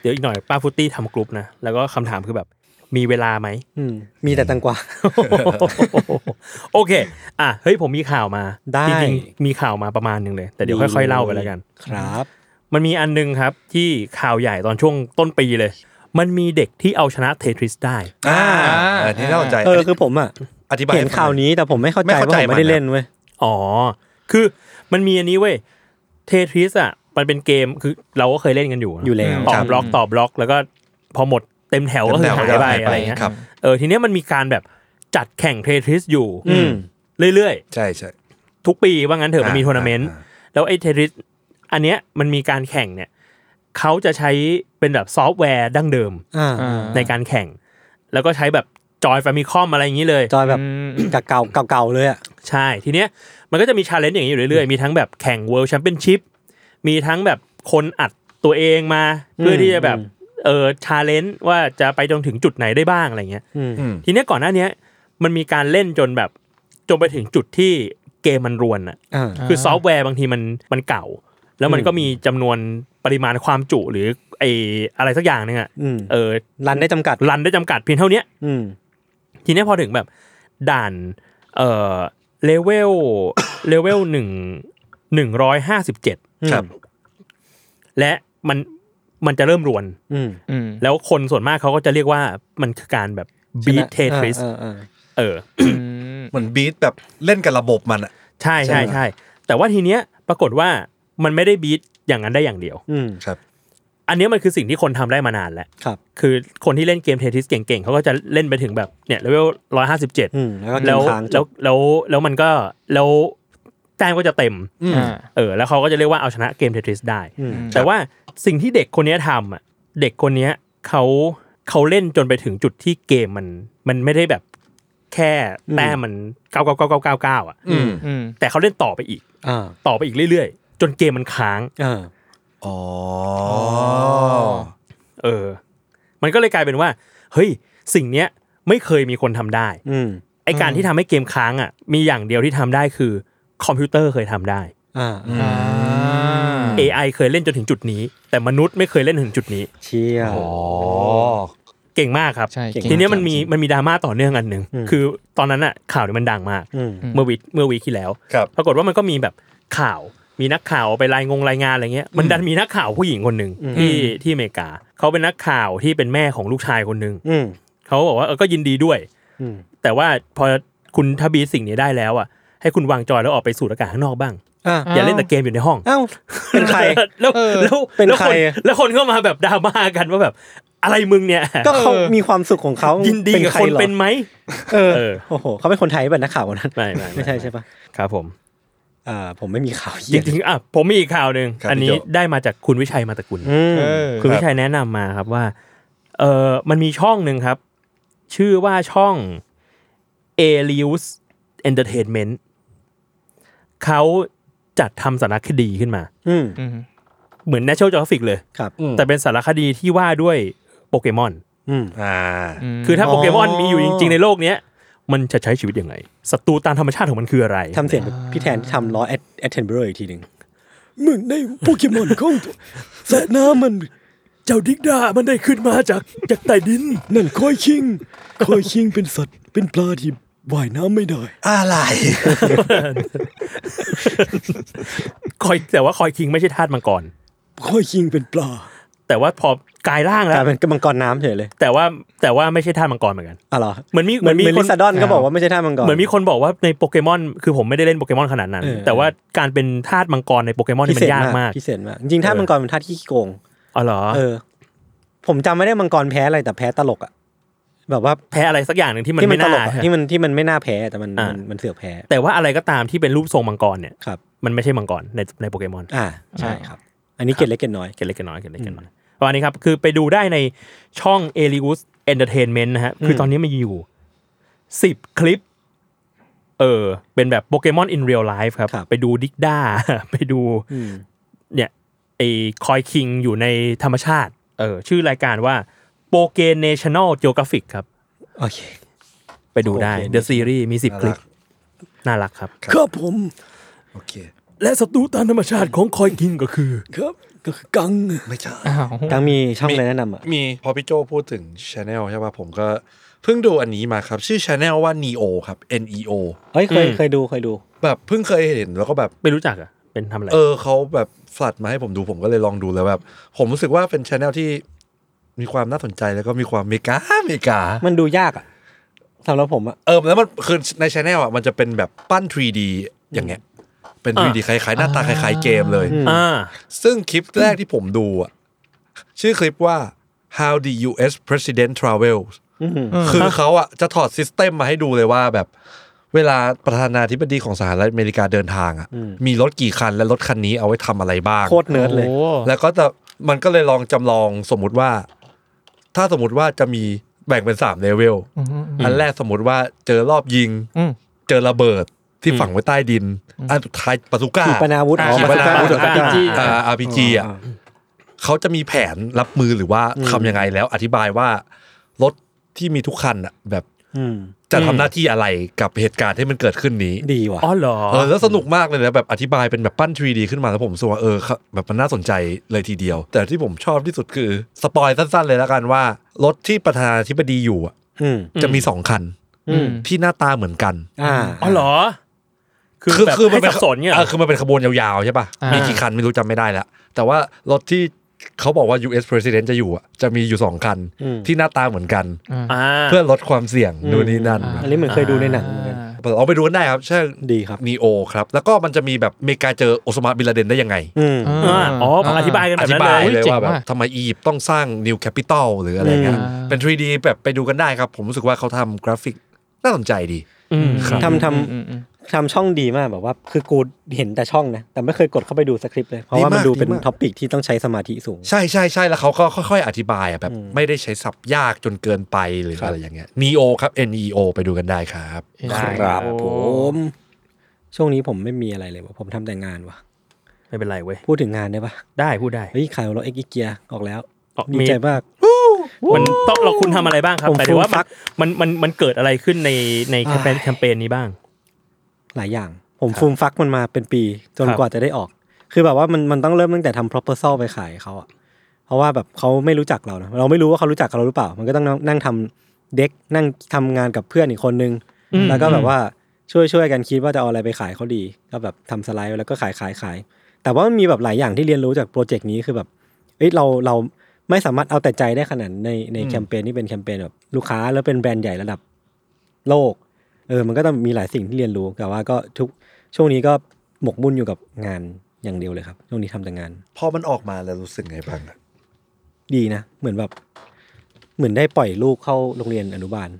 Speaker 4: เดี๋ยวอีกหน่อยป้าฟุตตี้ทำกรุ๊ปนะ แล้วก็คำถามคือแบบมีเวลาไหม
Speaker 3: อืมมีแต่ตังกวา
Speaker 4: โอเค อ่ะ เฮ้ยผมมีข่าวมา
Speaker 3: ได้
Speaker 4: จริงๆมีข่าวมาประมาณหนึ่งเลย แต่เดี๋ยวค่อยๆเล่าไปแล้วกัน
Speaker 3: ครับ
Speaker 4: มันมีอันหนึงครับที่ข่าวใหญ่ตอนช่วงต้นปีเลย มันมีเด็กที่เอาชนะเททริสได้
Speaker 5: อ่าอันนี้น่าสนใจ
Speaker 3: เออคือผมอะ
Speaker 5: อธิบาย
Speaker 3: เห็นข่าวนี้แต่ผมไม่เข้า
Speaker 5: ไม่
Speaker 3: ใจ
Speaker 5: เข้า
Speaker 3: ว่า
Speaker 5: ใจ
Speaker 3: ผมไม่ได้
Speaker 5: มันอะ
Speaker 3: เล่นเว้ย
Speaker 4: อ๋อ คือมันมีอันนี้เว้ย เททริสอ่ะ มันเป็นเกม คือเราก็เคยเล่นกันอยู่นะ
Speaker 3: อยู่แล้ว
Speaker 4: ต่อ
Speaker 6: ครับ
Speaker 4: บล็อกต่อบล็อก แล้วก็พอหมดเต็มแถวก็คือหายไปอะไรเงี้ย
Speaker 5: ครับ
Speaker 4: เออ ทีเนี้ยมันมีการแบบจัดแข่งเททริสอยู่
Speaker 3: อืม
Speaker 4: เรื่อย
Speaker 5: ใช่ใช่
Speaker 4: ๆ ทุกปีว่างั้นเถอะมันมี
Speaker 5: อ่
Speaker 4: ทัวร์นาเมนต์
Speaker 5: อ่
Speaker 4: แล้วไอ้เททริสอันเนี้ยมันมีการแข่งเนี่ยเขาจะใช้เป็นแบบซอฟต์แวร์ดั้งเดิม
Speaker 3: อ่า
Speaker 6: อ่า
Speaker 4: ในการแข่ง แล้วก็ใช้แบบจอยแฟมิคอมอะไรอย่างนี้เลย
Speaker 3: จอยแบบ
Speaker 6: อืม
Speaker 3: เก่าๆเก่าๆเลยอะ
Speaker 4: ใช่ ทีเนี้ยมันก็จะมีชาเลนจ์อย่างนี้อยู่เรื่อยๆ มีทั้งแบบแข่ง World Championship มีทั้งแบบคนอัดตัวเองมา เพื่อที่จะแบบเออชาเลนจ์ว่าจะไปจนถึงจุดไหนได้บ้างอะไรเงี้ย
Speaker 3: อืม
Speaker 5: อืม
Speaker 4: ทีเนี้ยก่อนหน้าเนี้ยมันมีการเล่นจนแบบจนไปถึงจุดที่เกมมันรวนอะ
Speaker 3: อ่า
Speaker 4: คือซอฟต์แวร์บางทีมันมันเก่า แล้วมันก็มีจำนวนปริมาณความจุหรือไออะไรสักอย่างหนึงอะ
Speaker 3: อืม
Speaker 4: เออ
Speaker 3: รันได้จำกัด
Speaker 4: รันได้จำกัดเพียงเท่าเนี้ย
Speaker 3: อืม
Speaker 4: ทีเนี้ยพอถึงแบบด่านเอ่อเลเว ล เลเวลหนึ่งหนึ่งร้อยห้าสิบเจ็ด
Speaker 3: ครับ
Speaker 4: และมันมันจะเริ่มรวน
Speaker 3: อืม
Speaker 6: อืม
Speaker 4: แล้วคนส่วนมากเขาก็จะเรียกว่ามันคือการแบบบีทเททริส
Speaker 3: อ่าอ่าอ่า
Speaker 4: เออ
Speaker 6: อืม
Speaker 5: เหมือนบีทแบบเล่นกับระบบมันอะ
Speaker 4: ใช่ใช่
Speaker 5: ใช่ไหม
Speaker 4: ใช่แต่ว่าทีเนี้ยปรากฏว่ามันไม่ได้บีทอย่างนั้นได้อย่างเดียว
Speaker 3: อืม
Speaker 4: อันเนี้ยมันคือสิ่งที่คนทำได้มานานแล้ว
Speaker 3: ครับ
Speaker 4: คือคนที่เล่นเกมเททริสเก่งๆเขาก็จะเล่นไปถึงแบบเนี่ยเลเวลร้อยห้าสิบเจ็ด
Speaker 3: อืมแล้วก็กิ
Speaker 4: แล้
Speaker 3: น
Speaker 4: ว
Speaker 3: ค้างจ
Speaker 4: แล้ว
Speaker 3: บ
Speaker 4: แล้วแล้วมันก็แล้วแต้มก็จะเต็ม
Speaker 6: อ่า
Speaker 4: เออ แล้วเขาก็จะเรียกว่าเอาชนะเกมเททริสได้
Speaker 3: อืม
Speaker 4: แต่ว่าสิ่งที่เด็กคนเนี้ยทำอ่ะเด็กคนเนี้ยเขาเขาเล่นจนไปถึงจุดที่เกมมันมันไม่ได้แบบแค่แต้มมันเก้าเก้าเก้าเก้าเก้าเก้าอ่ะ
Speaker 5: อืม
Speaker 6: อืม
Speaker 4: แต่เขาเล่นต่อไปอีก
Speaker 3: อ่า
Speaker 4: ต่อไปอีกเรื่อยๆ จนเกมมันค้าง
Speaker 3: อ่า
Speaker 5: อ๋อ
Speaker 4: เออ มันก็เลยกลายเป็นว่า เฮ้ยสิ่งเนี้ยไม่เคยมีคนทำได้
Speaker 3: อืม
Speaker 4: ไอการที่ทำให้เกมค้างอ่ะมีอย่างเดียวที่ทำได้คือคอมพิวเตอร์เคยทำได้
Speaker 3: อ่า
Speaker 6: อ่า
Speaker 4: AI เคยเล่นจนถึงจุดนี้ แต่มนุษย์ไม่เคยเล่นถึงจุดนี้
Speaker 3: เชี่ย
Speaker 5: อ๋อ
Speaker 4: เก่งมากครับ
Speaker 6: ใช่เก่ง
Speaker 4: ทีเนี้ย
Speaker 6: มาก
Speaker 4: มันมี
Speaker 6: จริง
Speaker 4: มันมีดราม่าต่อเนื่องอันหนึ่ง
Speaker 3: อืม
Speaker 4: คือตอนนั้นอ่ะข่าวเนี้มันดังมาก
Speaker 3: อืม
Speaker 4: เมื่อวีคเมื่อวีคที่แล้ว
Speaker 5: ครับ
Speaker 4: ปรากฏว่ามันก็มีแบบข่าวมีนักข่าวไปรายงงรายงานอะไรเงี้ยมันดันมีนักข่าวผู้หญิงคนหนึ่งที่ที่อเมริกา เขาเป็นนักข่าวที่เป็นแม่ของลูกชายคนหนึ่ง
Speaker 3: อืม
Speaker 4: เขาบอกว่าเออก็ยินดีด้วย
Speaker 3: อืม
Speaker 4: แต่ว่าพอคุณทบีสิ่งนี้ได้แล้วอ่ะให้คุณวางจอยแล้วออกไปสูดอากาศข้างนอกบ้าง
Speaker 3: อ่า
Speaker 4: อย่าเล่นแต่เกมอยู่ในห้อง
Speaker 3: เอ้าเป็นใคร
Speaker 4: แล้ว
Speaker 6: เออ
Speaker 4: แล้ว
Speaker 3: เป็น
Speaker 4: แล้ว
Speaker 3: ใคร
Speaker 4: แล้วคนก็มาแบบดราม่ากันว่าแบบ อะไรมึงเนี่ย
Speaker 3: ก็เขามีความสุขของเขา
Speaker 4: ยินดีกับ
Speaker 3: ใร
Speaker 4: คน
Speaker 3: หรอ
Speaker 4: เป็นไหม
Speaker 3: เออ
Speaker 4: เออ
Speaker 3: โอ้โหเขาเป็นคนไทยป่ะนักข่าวคนนั้น
Speaker 4: ไม่ไม่
Speaker 3: ไม่ใช่ใช่ปะ
Speaker 4: ครับผม
Speaker 3: อ่าผมไม่มีข่าวเหี้
Speaker 4: จ
Speaker 3: ย
Speaker 4: ริงๆอ่ะผมมีอีกข่าวหนึ่ง
Speaker 5: ครับ
Speaker 4: อันนี้
Speaker 5: พี่โจ
Speaker 4: ได้มาจากคุณวิชัยมาตระกุล
Speaker 3: อืม
Speaker 6: เออ
Speaker 4: คุณวิชัยแนะนำมาครับว่า เออมันมีช่องหนึ่งครับ ชื่อว่าช่อง a l i u s Entertainment เขาจัดทำสารคดีขึ้นมา
Speaker 3: อืม
Speaker 6: อืม
Speaker 4: เหมือน National Geographic เลย
Speaker 3: ครับ
Speaker 4: แต่เป็นสารคดีที่ว่าด้วยโปเกมอน
Speaker 3: อืม
Speaker 5: อ่า
Speaker 4: คือถ้าโปเกมอน
Speaker 5: อ๋อ
Speaker 4: มีอยู่จริง ๆ ในโลกเนี้ย มันจะใช้ชีวิตยังไงศัตรูตามธรรมชาติของมันคืออะไร
Speaker 3: ทำเสียงแบบพี่แทนที่ทำล้อแอดแอดเทนเบอร์อีกทีหนึ่งเหมือนในโปเกมอนเขาสระน้ำมัน
Speaker 4: เจ้าดิกดามันได้ขึ้นมาจากจากใต้ดิน
Speaker 3: นั่นคอยคิงคอยคิงเป็นสัตว์เป็นปลาที่ว่ายน้ำไม่ได้
Speaker 5: อะไร
Speaker 4: คอยแต่ว่าคอยคิงไม่ใช่ธาตุมังกร
Speaker 3: คอยคิงเป็นปลา
Speaker 4: แต่ว่าพอกลายร่าง
Speaker 3: ก
Speaker 4: แล้
Speaker 3: ลา
Speaker 4: วย
Speaker 3: เป็นกำมังกรน้ำเฉยเลย
Speaker 4: แต่ว่าแต่ว่าไม่ใช่ธาตุมังกรเหมือนกัน
Speaker 3: อ๋อเหรอ
Speaker 4: เหมือนมี
Speaker 3: เหมือนมี
Speaker 4: เหมือนมี
Speaker 3: ลิ
Speaker 4: คน
Speaker 3: ซาดอนก็บอกว่าไม่ใช่ท่ามังกร
Speaker 4: เหมือนมีคนบอกว่าในโปเกมอนคือผมไม่ได้เล่นโปเกมอนขนาดนั้น
Speaker 3: เออ
Speaker 4: แต่ว่าการเป็นธาตุมังกรในโปเกมอนนี่มันยากมาก
Speaker 3: พิเศษมากจริงๆท่ามังกรเป็นท่าที่ขี้โกง
Speaker 4: อ๋อเหรอ
Speaker 3: เออ ผมจำไม่ได้มังกรแพ้อะไรแต่แพ้ตลกอะแบบว่า
Speaker 4: แพ้อะไรสักอย่างหนึ่งที่มัน
Speaker 3: ที่มั
Speaker 4: ไม่
Speaker 3: นตลก
Speaker 4: น่า
Speaker 3: อะที่มันที่มันไม่น่าแพ้แต่มัน
Speaker 4: อ่ามั
Speaker 3: นมันเสือกแพ้
Speaker 4: แต่ว่าอะไรก็ตามที่เป็นรูปทรงมังกรเนี่ย
Speaker 3: ครับ
Speaker 4: มันไม่ใช่มังกรในในโปเกมอน
Speaker 3: อ่าใช่ครับ อันนี้เก็ดเล็กเก็ดน้อย
Speaker 4: เกล็ดเล็กเกล็ดน้อยเกล็ดเล็กเกล็ดน้อยวันนี้ครับ คือไปดูได้ในช่อง a l i u s Entertainment นะฮะ คือตอนนี้มันอยู่สิบคลิป เออ เป็นแบบโปเกมอน in real life ครับ
Speaker 3: ครับ
Speaker 4: ไปดูดิกด้า ไปดู
Speaker 3: อืม
Speaker 4: เนี่ยไอ้คอยคิงอยู่ในธรรมชาติ เออ ชื่อรายการว่าโปเกเนชั่น a ลจ o g ก a ฟิกครับ
Speaker 3: โอเค
Speaker 4: ไปดูได้ The Series มี 10 คลิป น่ารักครับ
Speaker 3: ครับผม
Speaker 5: โอเค
Speaker 4: และศัตรูตามธรรมชาติของคอยคิงก็คือ
Speaker 3: ครับก็คือกัง
Speaker 5: ไม่ใช่
Speaker 6: อ้าว
Speaker 3: กังมีช่องอะไรแนะนำอ่ะ
Speaker 5: มีพอพี่โจพูดถึงชาแนลใช่ป่ะผมก็เพิ่งดูอันนี้มาครับ ชื่อชาแนลว่า neo ครับ n e o
Speaker 3: เอ้ยเคย
Speaker 4: อืม
Speaker 3: เคยดูเคยดู
Speaker 5: แบบเพิ่งเคยเห็นแล้วก็แบบ
Speaker 4: ไม่รู้จักอ่ะ เป็นทำอะไร
Speaker 5: เออเขาแบบฝลัดมาให้ผมดูผมก็เลยลองดูแล้วแบบ ผมรู้สึกว่าเป็นชาแนลที่มีความน่าสนใจแล้วก็มีความเมกาเมกา
Speaker 3: มันดูยากอ่ะสำหรับผมอ่ะ
Speaker 5: เออแล้วมันคือในชาแนลอ่ะมันจะเป็นแบบปั้น 3D อย่างเงี้ย เป็น 3D คล้ายๆ หน้าตาคล้ายๆเกมเลย
Speaker 4: อ่า
Speaker 5: ซึ่งคลิปแรกที่ผมดูอ่ะ ชื่อคลิปว่า how the U.S. president travels คือเขาอ่ะจะถอดซิสเต็มมาให้ดูเลยว่าแบบ เวลาประธานาธิบดีของสหรัฐอเมริกาเดินทางอ่ะ มีรถกี่คันและรถคันนี้เอาไว้ทำอะไรบ้าง
Speaker 3: โคตรเนิร์ดเลย
Speaker 6: โอ้
Speaker 5: แล้วก็จะมันก็เลยลองจำลองสมมุติว่า ถ้าสมมติว่าจะมีแบ่งเป็นสามเลเวลอันแรกสมมติว่าเจอรอบยิง
Speaker 6: อืม
Speaker 5: เจอระเบิดที่ฝังไว้ใต้ดิน อันสุดท้ายปาซูก้า
Speaker 3: ขีปนาวุธ
Speaker 5: ขีปนาวุธ
Speaker 3: อ๋อปาซูก้า
Speaker 4: RPG
Speaker 5: อ่า RPG อ่ะเขาจะมีแผนรับมือหรือว่าทำยังไงแล้วอธิบายว่า รถที่มีทุกคันอ่ะ แบบ
Speaker 3: อืม
Speaker 5: จะทำ
Speaker 4: อืม
Speaker 5: หน้าที่อะไรกับเหตุการณ์ที่มันเกิดขึ้นนี้
Speaker 3: ดีว่ะ
Speaker 4: อ๋อเหรอ
Speaker 5: เออแล้วสนุกมากเลยนะแบบอธิบายเป็นแบบปั้น 3D ขึ้นมาแล้วผมรู้สึกว่าเออครับแบบมันน่าสนใจเลยทีเดียว แต่ที่ผมชอบที่สุดคือ สปอยสั้นๆเลยแล้วกันว่า รถที่ประธานาธิบดีอยู่อะ
Speaker 3: อืม
Speaker 5: จะมีสองคัน
Speaker 3: อืม
Speaker 5: ที่หน้าตาเหมือนกัน
Speaker 3: อ่า
Speaker 4: อ๋อเหรอ คือแบบให้สับสนเนี่ยเหร
Speaker 5: เอ
Speaker 4: อ
Speaker 5: อคือมันเป็นขบวนยาวๆใช่ป่ะ
Speaker 6: อ่ามี
Speaker 5: มีกี่คันไม่รู้จำไม่ได้ละแต่ว่ารถที่เขาบอกว่า U.S. President จะอยู่อะจะมีอยู่สองคัน
Speaker 3: อืม
Speaker 5: ที่หน้าตาเหมือนกัน
Speaker 4: อ่า
Speaker 5: เพื่อลดความเสี่ยงนู่นนี่นั่น
Speaker 6: อ่า
Speaker 3: อันนี้เหมือนเคยดูในหนังเหมือนกัน
Speaker 5: เอาไปดูกันได้ครับใช่
Speaker 3: ดีครับ
Speaker 5: นีโอครับแล้วก็มันจะมีแบบเมกาเจอโอสมาบินลาเดนได้ยังไง
Speaker 3: อืม
Speaker 4: อ่าอ๋อผมอธิบายกันแบ
Speaker 5: อบธิ
Speaker 4: นั้น
Speaker 5: บาย
Speaker 4: เลย
Speaker 5: เลย
Speaker 6: เจ๋ง
Speaker 5: ว่าแบบ
Speaker 6: ว่ะ
Speaker 5: ทำไมอียิปต์ต้องสร้าง New Capital หรืออะไรเงี้ย
Speaker 3: อืม
Speaker 5: เป็น 3D แบบไปดูกันได้ครับ ผมรู้สึกว่าเขาทำกราฟิกน่าสนใจดี
Speaker 4: อืม
Speaker 3: ทำท
Speaker 6: อืมอืมอืม
Speaker 3: ำทำช่องดีมากแบบว่า คือกูเห็นแต่ช่องนะ แต่ไม่เคยกดเข้าไปดูสคริปต์เลย เพราะว่ามัน
Speaker 5: ดีมาก
Speaker 3: ดูเป็น
Speaker 5: ดีมาก
Speaker 3: ท็อปิกที่ต้องใช้สมาธิสูง
Speaker 5: ใช่ใช่ใช่แล้วเขาก็ค่อยๆ อธิบายอ่ะแบบไม่ได้ใช้ศัพท์ยากจนเกินไปหรืออะไรอย่างเงี้ย Neo ครับ NEO ไปดูกันได้ครับ
Speaker 6: ได้
Speaker 3: ครับผมช่วงนี้ผมไม่มีอะไรเลยว่ะผมทำแต่งานว่ะ
Speaker 4: ไม่เป็นไรเว้ย
Speaker 3: พูดถึงงานได้ปะ
Speaker 4: ได้พูดได้
Speaker 3: เฮ้ยขายรถเอ็กซ์เกียออกแล้ว
Speaker 4: ออกมี
Speaker 3: ดีใจมาก
Speaker 4: มันต้องเราคุณทำอะไรบ้างครับ
Speaker 3: ผม
Speaker 4: หมายถึงว่า
Speaker 3: ฟูลฟัก
Speaker 4: มันมันมันเกิดอะไรขึ้นในในแคมเปญ
Speaker 3: อ่า
Speaker 4: แคมเปญนี้บ้าง
Speaker 3: หลายอย่าง ผมฟูมฟักมันมาเป็นปี จน
Speaker 4: ครับ
Speaker 3: กว่าจะได้ออก คือแบบว่ามันมันต้องเริ่มตั้งแต่ทำ proposal ไปขายเขาอะเพราะว่าแบบเขาไม่รู้จักเรานะเราไม่รู้ว่าเขารู้จักเราหรือเปล่า มันก็ต้องนั่งทำเด็กนั่งทำงานกับเพื่อนอีกคนนึง แล้วก็แบบว่าช่วยช่วยกันคิดว่าจะเอาอะไรไปขายเขาดี ก็แบบทำสไลด์ไว้แล้วก็ขายขายขาย แต่ว่ามันมีแบบหลายอย่างที่เรียนรู้จากโปรเจกต์นี้คือแบบเอ้ยเราเราไม่สามารถเอาแต่ใจได้ขนาดในใน
Speaker 5: อืม
Speaker 3: แคมเปญที่เป็นแคมเปญแบบลูกค้าแล้วเป็นแบรนด์ใหญ่ระดับโลก เออ มันก็ต้องมีหลายสิ่งที่เรียนรู้ แต่ว่าก็ทุกช่วงนี้ก็หมกมุ่นอยู่กับงานอย่างเดียวเลยครับ ช่วงนี้ทำแต่งาน
Speaker 5: พอมันออกมาแล้วรู้สึกไงบ้างอะ
Speaker 3: ดีนะ เหมือนแบบ เหมือนได้ปล่อยลูกเข้าโรงเรียนอนุบาล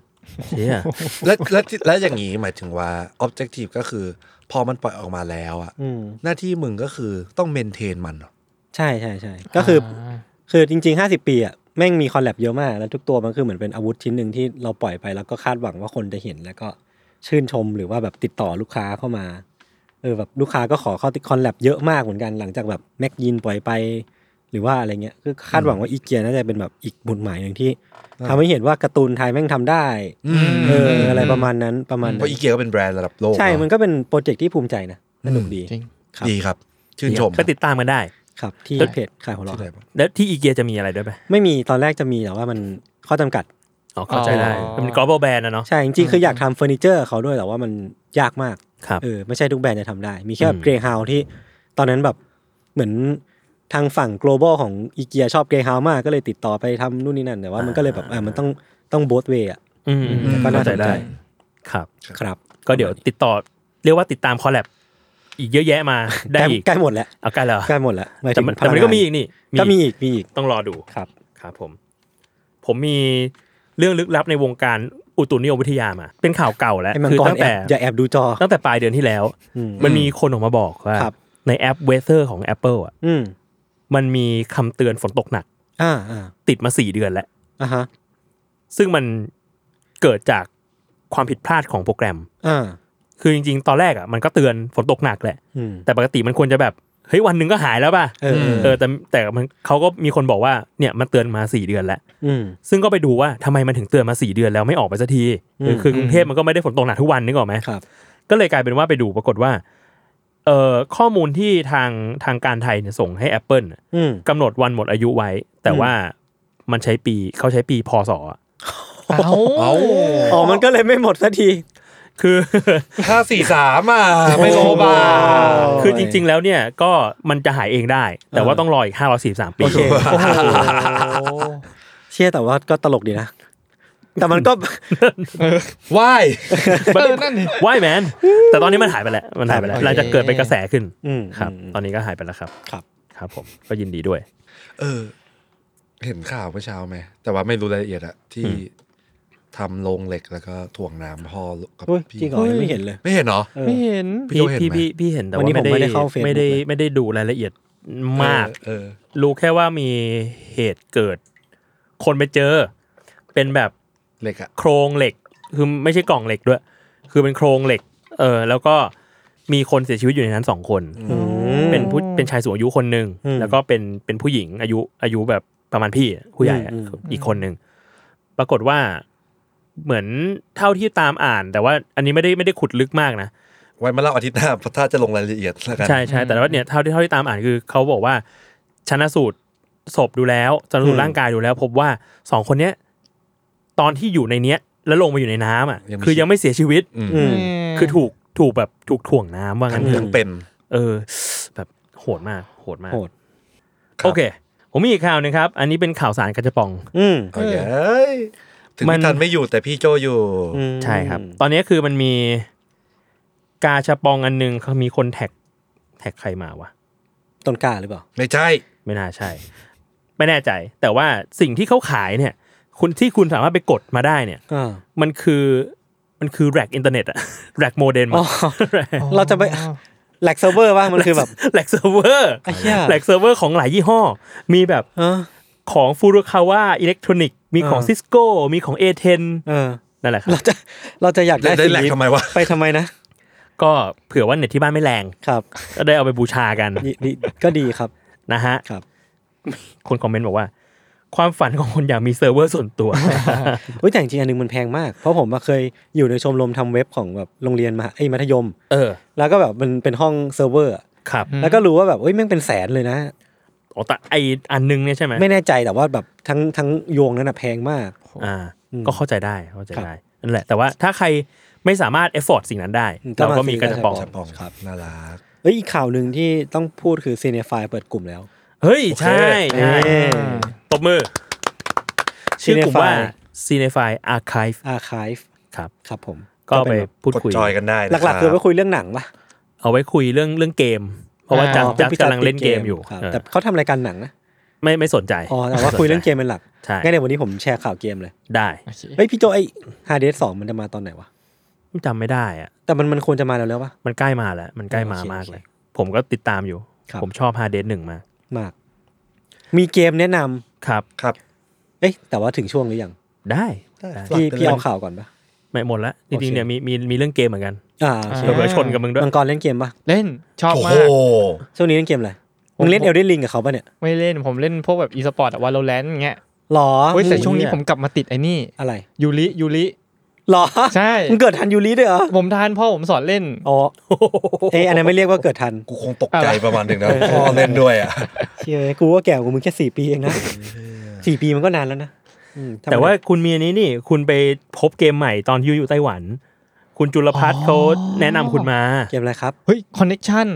Speaker 4: เชี่ย
Speaker 5: และและและอย่างนี้หมายถึงว่า objective ก็คือ พอมันปล่อยออกมาแล้วอะ
Speaker 3: อืม
Speaker 5: หน้าที่มึงก็คือต้องเมนเทนมันเหรอ
Speaker 3: ใช่ใช่ใช่ก็คืออคือจริง ๆ 50 ปีอ่ะแม่งมีคอลแลบเยอะมาก แล้วทุกตัวมันคือเหมือนเป็นอาวุธชิ้นหนึ่งที่เราปล่อยไปแล้วก็คาดหวังว่าคนจะเห็นแล้วก็ชื่นชมหรือว่าแบบติดต่อลูกค้าเข้ามาเออแบบลูกค้าก็ขอเข้าติดคอลแลบเยอะมากเหมือนกันหลังจากแบบแม็กยินปล่อยไป หรือว่าอะไรเงี้ยคือคาดหวังว่าอีเกียน่าจะเป็นแบบอีกบุญหมายหนึ่งที่ทำให้เห็นว่าการ์ตูนไทยแม่งทำได้
Speaker 5: อืม
Speaker 3: เอออะไรประมาณนั้นประมาณ
Speaker 5: เพ
Speaker 3: นั้
Speaker 5: ราะ
Speaker 3: น
Speaker 5: อีเกียก็เป็นแบรนด์ระดับโลก
Speaker 3: ใช่
Speaker 5: เอะ
Speaker 3: มันก็เป็นโปรเจกต์ที่ภูมิใจนะสนุกดี
Speaker 6: จริง
Speaker 3: ครับ
Speaker 5: ดีครับ ชื่นชม
Speaker 4: ก็ติดตามกันได้
Speaker 3: ครับที่
Speaker 4: ใช่
Speaker 3: เพจขายหัวเราะ
Speaker 5: ที่ไหนบ้าง
Speaker 4: แล้วที่อีเกียจะมีอะไรด้วยไหม
Speaker 3: ไม่มีตอนแรกจะมีแต่ว่ามันข้อจำกัด
Speaker 4: อ๋อเข้าใจได้
Speaker 6: อ๋อ
Speaker 4: มัน global brand นะเนาะ
Speaker 3: ใช่ จริงๆ คืออยากทำเฟอร์นิเจอร์เขาด้วยแต่ว่ามันยากมาก
Speaker 4: ครับ
Speaker 3: เออไม่ใช่ทุกแบรนด์จะทำได้ มีแค่
Speaker 4: อืม
Speaker 3: เกรย์ฮาวที่ตอนนั้นแบบเหมือนทางฝั่ง global ของอีเกียชอบเกรย์ฮาวมากก็เลยติดต่อไปทำนู่นนี่นั่น แต่ว่ามันก็เลยแบบอ่ะมันต้องต้องโบสเวย์อ่ะ
Speaker 4: อืม
Speaker 3: แต่ก็น่าส
Speaker 4: เข้
Speaker 3: น
Speaker 4: ได้
Speaker 3: ใจ
Speaker 4: ครับ
Speaker 3: ครับ
Speaker 4: ก็เดี๋ยวติดต่อเรียกว่าติดตามคอลแลบอีกเยอะแยะมาได้
Speaker 3: ใกล้
Speaker 4: อีก
Speaker 3: ใกล้หมดแล้ว
Speaker 4: เอาใกล้แล้ว
Speaker 3: ใกล้หมดแล้วหาย
Speaker 4: แต่
Speaker 3: ถึง
Speaker 4: มัน
Speaker 3: พ
Speaker 4: แต่
Speaker 3: ลัง
Speaker 4: มัน
Speaker 3: งา
Speaker 4: ก็มีอีกนี่
Speaker 3: ก็มีอีกมีอีก
Speaker 4: ต้องรอดู
Speaker 3: ครับ
Speaker 4: ครับผม ผมมีเรื่องลึกลับในวงการอุตุนิยมวิทยามา เป็นข่าวเก่าแล้ว
Speaker 3: ไอ้มัง
Speaker 4: คือก
Speaker 3: ร
Speaker 4: ตั้ง
Speaker 3: แอ
Speaker 4: แต่
Speaker 3: บอย่าแอบดูจอ
Speaker 4: ตั้งแต่ปลายเดือนที่แล้ว
Speaker 3: อืม
Speaker 4: มันมีคนออกมาบอกว่า
Speaker 3: ครับ
Speaker 4: ในแอป Weather ของ Apple อ่ะ
Speaker 3: อืม
Speaker 4: มันมีคำเตือนฝนตกหนัก
Speaker 3: อ่าอ่า
Speaker 4: ติดมาสี่เดือนแล้ว
Speaker 3: อ่าฮะ
Speaker 4: ซึ่งมันเกิดจากความผิดพลาดของโปรแกรม
Speaker 3: อ่า
Speaker 4: คือจริงๆ ตอนแรกอ่ะมันก็เตือนฝนตกหนักแหละ
Speaker 3: อืม
Speaker 4: แต่ปกติมันควรจะแบบ เฮ้ยวันหนึ่งก็หายแล้วป่ะ
Speaker 3: เออเออ
Speaker 4: เออแต่แต่มันเขาก็มีคนบอกว่าเนี่ยมันเตือนมาสี่เดือนแล้ว
Speaker 3: อืม
Speaker 4: ซึ่งก็ไปดูว่าทำไมมันถึงเตือนมาสี่เดือนแล้วไม่ออกไปสักที
Speaker 3: อืม
Speaker 4: เออคือกรุงเทพมันก็ไม่ได้ฝนตกหนักทุกวันนึกออกไหม
Speaker 3: ครับ
Speaker 4: ก็เลยกลายเป็นว่าไปดูปรากฏว่าเอ่อข้อมูลที่ทางทางการไทยเนี่ยส่งให้ Apple น่ะ
Speaker 3: อืม
Speaker 4: กำหนดวันหมดอายุไว้ แต่ว่ามันใช้ปีเขาใช้ปีพศอะ
Speaker 6: เอา
Speaker 5: เอา
Speaker 3: อ๋อ มันก็เลยไม่หมดสักที
Speaker 4: คือ
Speaker 5: ห้าสี่สามอ่ะไม่โลบา
Speaker 4: คือจริง ๆ แล้วเนี่ยก็มันจะหายเองได้ แต่ว่าต้องรออีก543ปี
Speaker 3: โอเค เชื่อแต่ว่าก็ตลกดีนะ แต่มันก็
Speaker 5: ว่าย
Speaker 6: เออนั่นดิ
Speaker 4: ว่ายแมน แต่ตอนนี้มันหายไปแล้ว มันหายไปแล้ว
Speaker 6: โอเค
Speaker 4: หลังจากเกิดเป็นกระแสขึ้น
Speaker 3: อืม
Speaker 4: ครับ
Speaker 3: อืม
Speaker 4: ตอนนี้ก็หายไปแล้วครับ
Speaker 3: ครับ
Speaker 4: ครับผม ก็ยินดีด้วย
Speaker 5: เออ เห็นข่าวเมื่อเช้าไหม แต่ว่าไม่รู้รายละเอียดอะที่ทำโรงเหล็กแล้วก็ถ่วงน้ำพ่อกับ
Speaker 3: เฮ้ย
Speaker 5: พี่
Speaker 3: จริงเหรอยังไม่เห็นเลย
Speaker 5: ไม่เห็นเหรอ
Speaker 3: เออ
Speaker 6: ไม่เห็น
Speaker 5: พี่โจเห็น
Speaker 4: พี่
Speaker 5: ไหม
Speaker 4: พี่พี่เห็นแต่
Speaker 3: วัน
Speaker 4: ว่า
Speaker 3: นี้
Speaker 4: ไม่
Speaker 3: ผมไม่ได้
Speaker 4: ได้
Speaker 3: เข้า Facebook
Speaker 4: ไม่ได้
Speaker 3: เลย
Speaker 4: ไม่ได้ดูรายละเอียดมาก
Speaker 5: เออ
Speaker 4: รู้แค่ว่ามีเหตุเกิด คนไปเจอ เป็นแบบ
Speaker 5: เหล็กอะ
Speaker 4: โครงเหล็ก คือไม่ใช่กล่องเหล็กด้วย คือเป็นโครงเหล็ก เออ แล้วก็มีคนเสียชีวิตอยู่ในนั้นสองคน เป็นผู้เป็นชายสูงอายุคนหนึ่ง
Speaker 3: อืม
Speaker 4: แล้วก็เป็นเป็นผู้หญิงอายุอายุแบบประมาณพี่อะผู้ใหญ่อะ
Speaker 3: อืมอืม
Speaker 4: อีกคนหนึ่งปรากฏว่าเหมือนเท่าที่ตามอ่าน แต่ว่าอันนี้ไม่ได้ไม่ได้ขุดลึกมากนะ
Speaker 5: ไว้มาเล่าอาทิตย์หน้าเพราะถ้าจะลงรายละเอียดแล้วกัน
Speaker 4: ใช่ใช่แต่ว่าเนี่ยเท่าที่เท่าที่ตามอ่านคือเขาบอกว่าชนะสูตรศพดูแล้วชนะสูต
Speaker 3: อื
Speaker 4: ร
Speaker 3: ม
Speaker 4: ร่างกายดูแล้ว พบว่าสองคนเนี้ยตอนที่อยู่ในเนี้ย แล้วลงมาอยู่ในน้ำอ่ะคือยังไม่เสียชีวิต
Speaker 5: อืม
Speaker 3: อืม
Speaker 4: คือถูกถูกแบบถูกถ่วงน้ำว่า
Speaker 5: ทั้
Speaker 4: งั้น
Speaker 5: ง
Speaker 4: เถ
Speaker 5: ทั้
Speaker 4: อะ
Speaker 5: งเป็น
Speaker 4: เออ แบบโหดมากโหดมาก
Speaker 3: โหด
Speaker 5: ครับ
Speaker 4: โอเค ผมมีอีกข่าวหนึงครับ อันนี้เป็นข่าวสารกระจะปอง
Speaker 3: อืม
Speaker 5: โอเคเอ้ยถึง
Speaker 4: มัน
Speaker 5: พี่ทันไม่อยู่แต่พี่โจอยู่
Speaker 3: อืม
Speaker 4: ใช่ครับ ตอนนี้คือมันมีกาชาปองอันหนึงเขามีคนแท็กแท็กใครมาวะ
Speaker 3: ต้นกล้าหรือเปล่า
Speaker 5: ไม่ใช่
Speaker 4: ไม่น่าใช่ ไม่แน่ใจ แต่ว่าสิ่งที่เขาขายเนี่ย คุณที่คุณสามารถไปกดมาได้เนี่ย
Speaker 3: อ่า
Speaker 4: มันคือมันคือแร็กอินเทอร์เน็ตอะ แร็กโมเดม
Speaker 3: อ๋อ เราจะไปแลกเซิร์ฟเวอร์ว่ามันคือแบบ
Speaker 4: แร็กเซิร์ฟเวอร์
Speaker 3: ไอ้เหี้ย
Speaker 4: แร็กเซิร์ฟเวอร์ของหลายยี่ห้อ มีแบบ
Speaker 3: เออ
Speaker 4: ของฟูรุคาว a อิเล็กทรอนิกมีของ
Speaker 3: อ่า
Speaker 4: ซิสโก้มีของเอเทน
Speaker 3: เออ
Speaker 4: นั่นแหละครับ
Speaker 3: เราจะเราจะอยากได้
Speaker 5: ได้
Speaker 3: สิ่ง
Speaker 5: แลก
Speaker 3: นี้
Speaker 5: ทำไมวะ
Speaker 3: ไปทำไมนะ
Speaker 4: ก็เผื่อว่าเน็ตที่บ้านไม่แรง
Speaker 3: ครับ
Speaker 4: ก็ได้เอาไปบูชากัน
Speaker 3: ดีดีก็ดีครับ
Speaker 4: นะฮะ
Speaker 3: ครับ
Speaker 4: คนคอมเมนต์บอกว่า ความฝันของคนอยากมีเซิร์ฟเวอร์ส่วน ตัว
Speaker 3: เฮ้ยแต่จริงๆอันหนึงมันแพงมาก เพราะผมอะเคยอยู่ในชมรมทำเว็บของแบบโรงเรียนมหาไอ้ยมัธยม
Speaker 4: เออ
Speaker 3: แล้วก็แบบมันเป็นห้องเซิร์ฟเวอร์อะ
Speaker 4: ครับ
Speaker 3: แล้วก็รู้ว่าแบบเอ้ยแม่งเป็นแสนเลยนะ
Speaker 4: อ๋อแต่ไออันนึงเนี่ยใช่ไหม
Speaker 3: ไม่แน่ใจแต่ว่าแบบทั้งทั้งยวงนั้นอะแพงมาก
Speaker 4: อ่า
Speaker 3: อืม
Speaker 4: ก็เข้าใจได้เข้าใจได้นั่นแหละ แต่ว่าถ้าใครไม่สามารถเอฟฟอร์ดสิ่งนั้นได้
Speaker 3: อืมก็
Speaker 4: เรา
Speaker 3: มา
Speaker 4: ก็มีกระจะปอง
Speaker 3: ซื้
Speaker 5: จะปองครับน่ารัก
Speaker 3: เอ้ยอีกข่าวหนึ่งที่ต้องพูดคือซีเนฟายเปิดกลุ่มแล้ว
Speaker 4: เฮ้ย ใช่ใช่
Speaker 3: เอ้ย
Speaker 4: ตบมือ ชื่อกลุ่มว่า c i n e f y Archive
Speaker 3: อาคาย
Speaker 4: ครับ
Speaker 3: ครับผม
Speaker 4: ก็ไป
Speaker 3: เป็นแบบ
Speaker 4: พูด
Speaker 5: กด
Speaker 4: คุย
Speaker 5: จอยกันได้นะ
Speaker 3: หลักๆคือไปคุยเรื่องหนังปะ
Speaker 4: เอาไว้คุยเรื่องเรื่องเกม เพราะว่าจัด
Speaker 3: อ๋อ
Speaker 4: จัด
Speaker 3: ป็น
Speaker 4: กำลังเล่นเกมอยู่
Speaker 3: ครับ
Speaker 4: เออ
Speaker 3: แต่เขาทำรายการหนังนะ
Speaker 4: ไม่ไม่สนใจ
Speaker 3: อ๋อแต่ว่าคุยเรื่องเกมเป็นหลัก
Speaker 4: ใช่
Speaker 3: งั้นในวันนี้ผมแชร์ข่าวเกมเลย
Speaker 4: ได้
Speaker 6: โอเค
Speaker 3: เฮ้ยพี่โจไอ้ฮาเดสสองมันจะมาตอนไหนวะ
Speaker 4: จำไม่ได้อะ
Speaker 3: แต่มันมันควรจะมาแล้วแล้วปะ
Speaker 4: มันใกล้มาแล้ว มันใกล้มา
Speaker 3: โอเค
Speaker 4: มากเลย ผมก็ติดตามอยู่
Speaker 3: ครับ
Speaker 4: ผมชอบฮาเดนหนึ่งมาก
Speaker 3: มาก มีเกมแนะนำ
Speaker 4: ครับ
Speaker 5: ครับ
Speaker 3: เอ้ยแต่ว่าถึงช่วงหรือยัง
Speaker 4: ได้
Speaker 5: ได้
Speaker 4: ได้
Speaker 3: พี่
Speaker 5: หลักเป็น
Speaker 3: พี่เอา
Speaker 5: วัน
Speaker 3: ข่าวก่อนปะ
Speaker 4: ไม่หมดละจ
Speaker 3: โอเค
Speaker 4: ริงๆเนี่ยมีมีมีเรื่องเกมเหมือนกัน
Speaker 3: อ่าโอเค
Speaker 4: เผื่อชนกับมึงด้วย
Speaker 3: มังกรเล่นเกมปะ
Speaker 6: เล่นชอบ
Speaker 5: โอ้
Speaker 6: มา
Speaker 5: โห
Speaker 6: ก
Speaker 3: ช่วงนี้เล่นเกมอะไร
Speaker 6: ผม
Speaker 3: มึงเล่นเอลเดนลิงกับเขาปะเนี่ย
Speaker 6: ไม่เล่นผมเล่นพวกแบบอีสปอร์ตอะวาโลแรนต์เงี้ย
Speaker 3: หรอ
Speaker 6: เว้ยแต่
Speaker 3: มึ
Speaker 6: ช่วงนี้ผมกลับมาติดไอ้นี่
Speaker 3: อะไร
Speaker 6: ยูริยูริ
Speaker 3: หรอ
Speaker 6: ใช่
Speaker 3: มึงเกิดทันยูริด้วยเหรอ
Speaker 6: ผมทานพ่อผมสอนเล่น
Speaker 3: อ๋อเอยอันนั้นไม่เรียกว่าเกิดทัน
Speaker 5: กูคงตกใจประมาณหนึ่งนะพ่อเล่นด้วยอ่ะ
Speaker 3: เชี่ยกูว่าแก่กว่ามึงแค่สี่ปีเองนะสี่ปีมันก็นานแล้วนะอืมทำไม
Speaker 4: แต่ว่าคุณมีอันนี้นี่ คุณไปพบเกมใหม่ตอนยูอยู่ไต้หวัน คุณจุลพัฒน์เขาแนะนำคุณมา
Speaker 3: เกมอะไรครับ
Speaker 6: เฮ้ยคอนเน็ชัน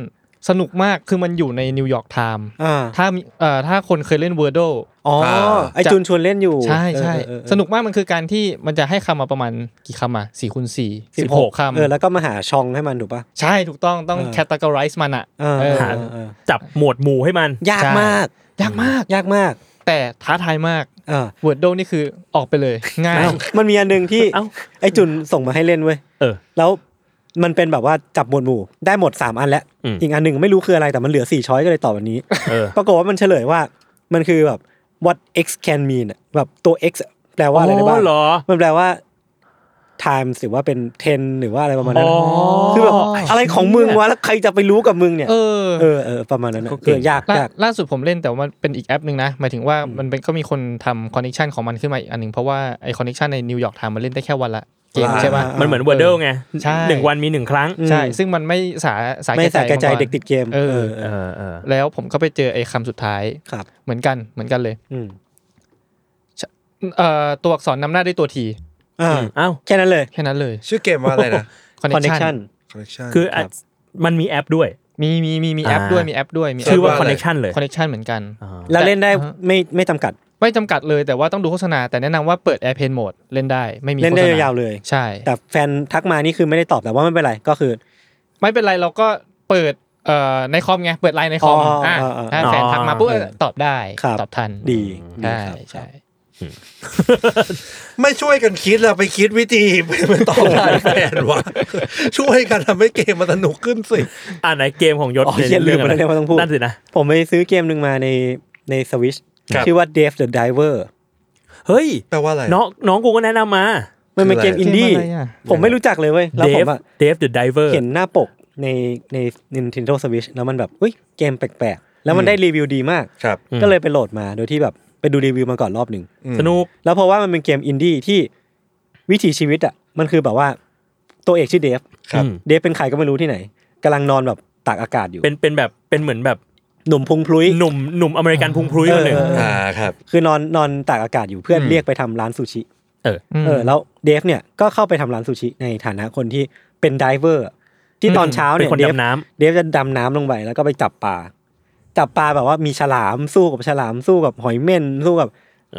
Speaker 6: สนุกมากคือมันอยู่ในนิวยอร์กไทม์
Speaker 3: อ่า
Speaker 6: ถ้ามีเอ่อถ้าคนเคยเล่นเวอร์โด
Speaker 3: อ๋อ
Speaker 5: อ่า
Speaker 3: ไอจูนชวนเล่นอยู่
Speaker 6: ใช่ใช่
Speaker 3: เออเออเออ
Speaker 6: สนุกมากมันคือการที่มันจะให้คำมาประมาณกี่คำอ่ะสี่คูณสี่สิบหกคำ
Speaker 3: เออแล้วก็มาหาช่องให้มันถูกปะ
Speaker 6: ใช่ถูกต้องต้อง
Speaker 3: เออ
Speaker 6: แคตตา o r อ z e มันอ่ะ
Speaker 3: เออ
Speaker 6: เออ
Speaker 3: เอ
Speaker 4: หา
Speaker 3: อเออ
Speaker 4: จับหมวดหมู่ให้มัน
Speaker 3: ยาก
Speaker 6: ใช่
Speaker 3: มาก
Speaker 6: ยากมาก
Speaker 3: ยากมาก
Speaker 6: แต่ท้าทายมาก
Speaker 3: เออ
Speaker 6: เวิร์ดโดนี่คือออกไปเลย ง่าย
Speaker 3: เอ้ามันมีอันหนึ่งที่
Speaker 4: เอ้า
Speaker 3: ไอ้จุนส่งมาให้เล่นเว้ย
Speaker 4: เออ
Speaker 3: แล้วมันเป็นแบบว่าจับหมวดหมู่ได้หมดสามอันแล้ว
Speaker 4: อืม
Speaker 3: อีกอันหนึ่งไม่รู้คืออะไรแต่มันเหลือสี่ช้อยก็เลยตอบวันนี้
Speaker 4: เออ
Speaker 3: ปรากฏว่ามันเฉลยว่ามันคือแบบ what x can mean อะแบบตัว x แปลว่าอะไรได้บ้าง
Speaker 4: โเหรอ
Speaker 3: มันแปลว่า times หรือว่าเป็น ten หรือว่าอะไรประมาณนั้น
Speaker 4: อ๋อ
Speaker 3: คือแบบอะไรของมึงวะแล้วใครจะไปรู้กับมึงเนี่ย
Speaker 6: เออ
Speaker 3: เออเออประมาณนั้นนะเออยาก
Speaker 6: ล่าย
Speaker 3: าก
Speaker 6: ล่าสุดผมเล่นแต่ว่ามันเป็นอีกแอปหนึ่งนะหมายถึงว่ามันเป็นก็มีคนทำคอนเน t ชันของมันขึ้นมาอีกอันหนึ่งเพราะว่าไอคอนเน t ชันในนิวยอร์กไทม์มันเล่นได้แค่วันละเกมใช่ป่ะ
Speaker 4: มันเหมือนเวอร์เดิลไง
Speaker 6: ใช่
Speaker 4: หนึ่งวันมีหนึ่งครั้ง
Speaker 6: ใช่ ซึ่งมันไม่สาสาย
Speaker 3: ไม่ใส่กระจาย
Speaker 6: มัง
Speaker 3: เด็กติดเกม
Speaker 6: เออ
Speaker 3: เอ
Speaker 4: เอ
Speaker 3: อ
Speaker 4: อเออ
Speaker 6: แล้วผมก็ไปเจอไอ้คำสุดท้าย
Speaker 3: ครับ
Speaker 6: เหมือนกันเหมือนกันเลย
Speaker 3: อืม
Speaker 6: เอ่อตัวอักษรนำหน้าด้วยตัวที
Speaker 3: อ่า
Speaker 4: เอ้า
Speaker 3: แค่นั้นเลย
Speaker 6: แค่นั้นเลย
Speaker 5: ชื่อเกมว่าอะไรนะ
Speaker 6: คอนเน t ชั
Speaker 3: connection
Speaker 6: น
Speaker 5: Connection
Speaker 4: คืออ่ะมันมีแอปด้วย
Speaker 6: มีมีมีมีแอป
Speaker 4: อ่า
Speaker 6: ด้วยมีแอปด้วยมี
Speaker 5: เสิร์ช
Speaker 4: ชื่อว่า
Speaker 5: ว่าอะไร
Speaker 4: Connection เลย
Speaker 6: คอนเนคชันเหมือนกัน
Speaker 4: อ๋อ
Speaker 3: แล้วเล่นได้
Speaker 6: แต่ฮะ
Speaker 3: ไม่ไม่จำกัด
Speaker 6: ไม่จำกัดเลยแต่ว่าต้องดูโฆษณา แต่แนะนำว่าเปิด Airplane Mode เล่นได้ ไม่มี
Speaker 3: เล่น
Speaker 6: โฆ
Speaker 3: ได้
Speaker 6: ษณาย
Speaker 3: าวๆเลย
Speaker 6: ใช่
Speaker 3: แต่แฟนทักมานี่คือไม่ได้ตอบแต่ว่าไม่เป็นไรก็คือ
Speaker 6: ไม่เป็นไรเราก็เปิดเอ่อในคอมไง เปิดไลน์ในคอม
Speaker 3: อ๋ออ่
Speaker 6: อ่ะ
Speaker 3: อ่าอ่า
Speaker 6: ถ้าแฟนทักมาปุ๊บตอบได้
Speaker 3: ครับ
Speaker 6: ตอบทัน
Speaker 3: ดี
Speaker 6: ใช่
Speaker 3: ครับ
Speaker 6: ใช่
Speaker 5: ไม่ช่วยกันคิดเราไปคิดวิธี ไปตอบได้แฟนวะช่วยกันทำให้เกมมันสนุกขึ้นสิ
Speaker 4: อ่านไหนเกมของยศ
Speaker 3: อ๋อเขียนลืมไปแล้วเนี่ยว่าต้องพูด
Speaker 4: นั่นสินะ
Speaker 3: ผมไปซื้อเกมหนึ่งมาในในสวิช
Speaker 5: ครับ
Speaker 3: ชื่อว่า Dave the Diver
Speaker 4: เฮ้ย
Speaker 5: แปลว่าอะไร
Speaker 4: น้องน้องกูก็แนะนำมา
Speaker 3: มันเป็นเกม
Speaker 5: คือ
Speaker 3: อิน
Speaker 5: อะไร
Speaker 3: ดี้
Speaker 6: เกมะไรอ่ะ
Speaker 3: ผมไม่รู้จักเลยเว้ย แล้วผม
Speaker 4: Dave
Speaker 3: อะ
Speaker 4: Dave the Diver
Speaker 3: เห็นหน้าปกในใน Nintendo Switch แล้วมันแบบอุ้ยเกมแปลกๆ แล้วมันได้รีวิวดีมาก
Speaker 5: ครับ
Speaker 4: อืม
Speaker 3: ก็เลยไปโหลดมาโดยที่แบบไปดูรีวิวมาก่อนรอบหนึ่ง
Speaker 4: สนุก
Speaker 3: แล้วเพราะว่ามันเป็นเกมอินดี้ที่วิถีชีวิตอ่ะมันคือแบบว่าตัวเอกชื่อเดฟ
Speaker 5: ครับ
Speaker 3: เดฟเป็นใครก็ไม่รู้ที่ไหนกำลังนอนแบบตากอากาศอยู่
Speaker 4: เป็นเป็นแบบเป็นเหมือนแบบ
Speaker 3: หนุ่มพุงพลุย
Speaker 4: หนุ่มหนุ่มอเมริกันพุงพลุยคนหนึ่ง
Speaker 3: เออ
Speaker 5: อ่าครับ
Speaker 3: คือนอนนอนตากอากาศอยู่เพื่อนเรียกไปทำร้านซูชิ
Speaker 6: ม
Speaker 3: เออแล้วเดฟเนี่ยก็เข้าไปทำร้านซูชิในฐานะคนที่เป็นไดิเวอร์ ที่ตอนเช้าเนี่ย
Speaker 4: เป็นคน
Speaker 3: เดฟ
Speaker 4: ดำน้ำ
Speaker 3: เดฟจะดำน้ำลงไปแล้วก็ไปจับปลาจับปลาแบบว่ามีฉลามสู้กับฉลามสู้กับหอยเม่นสู้กับ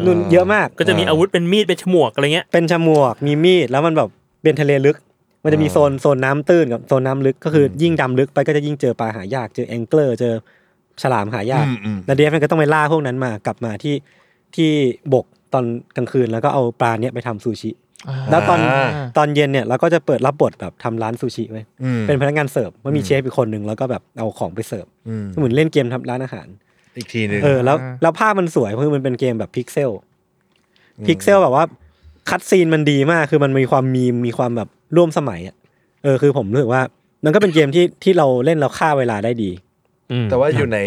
Speaker 3: นุ่นเยอะมาก
Speaker 4: ก็จะมีอาวุธเป็นมีดเป็นฉมวกอะไรเงี้ย
Speaker 3: เป็นฉมวกมีมีดแล้วมันแบบเป็นทะเลลึก มันจะมีโซนโซนน้ำตื้นกับโซนน้ำลึกก็คืออยิ่งดำลึกไปก็จะยิ่งเจอปลาหายากเจอแองเกิลเจอฉลามหายาก
Speaker 5: อืมอืม
Speaker 3: แล้วเดฟมันก็ต้องไปล่าพวกนั้นมากลับมาที่ที่บกตอนกลางคืนแล้วก็เอาปลาเนี้ยไปทำซูชิ
Speaker 6: อ่า
Speaker 3: แล้วตอน
Speaker 5: อ่า
Speaker 3: ตอนเย็นเนี่ยเราก็จะเปิดรับบทแบบทำร้านซูชิไว้ย
Speaker 5: อืม
Speaker 3: เป็นพนักงานเสิร์ฟมันมีเชฟอีกคนหนึ่งแล้วก็แบบเอาของไปเสิร์ฟ
Speaker 5: อืม
Speaker 3: เหมือนเล่นเกมทำร้านอาหาร
Speaker 5: อีกทีหนึ่ง
Speaker 3: เออแล้ว
Speaker 6: อ่า
Speaker 3: แล้วภาพมันสวยเพราะมันเป็นเกมแบบพิกเซลพิกเซลแบบว่าคัดซีนมันดีมากคือมันมีความมีมมีความแบบร่วมสมัยอะเออคือผมรู้สึกว่า มันก็เป็นเกมที่ที่เราเล่นเราฆ่าเวลาได้ดี
Speaker 5: แต่ว่าอยู่ใน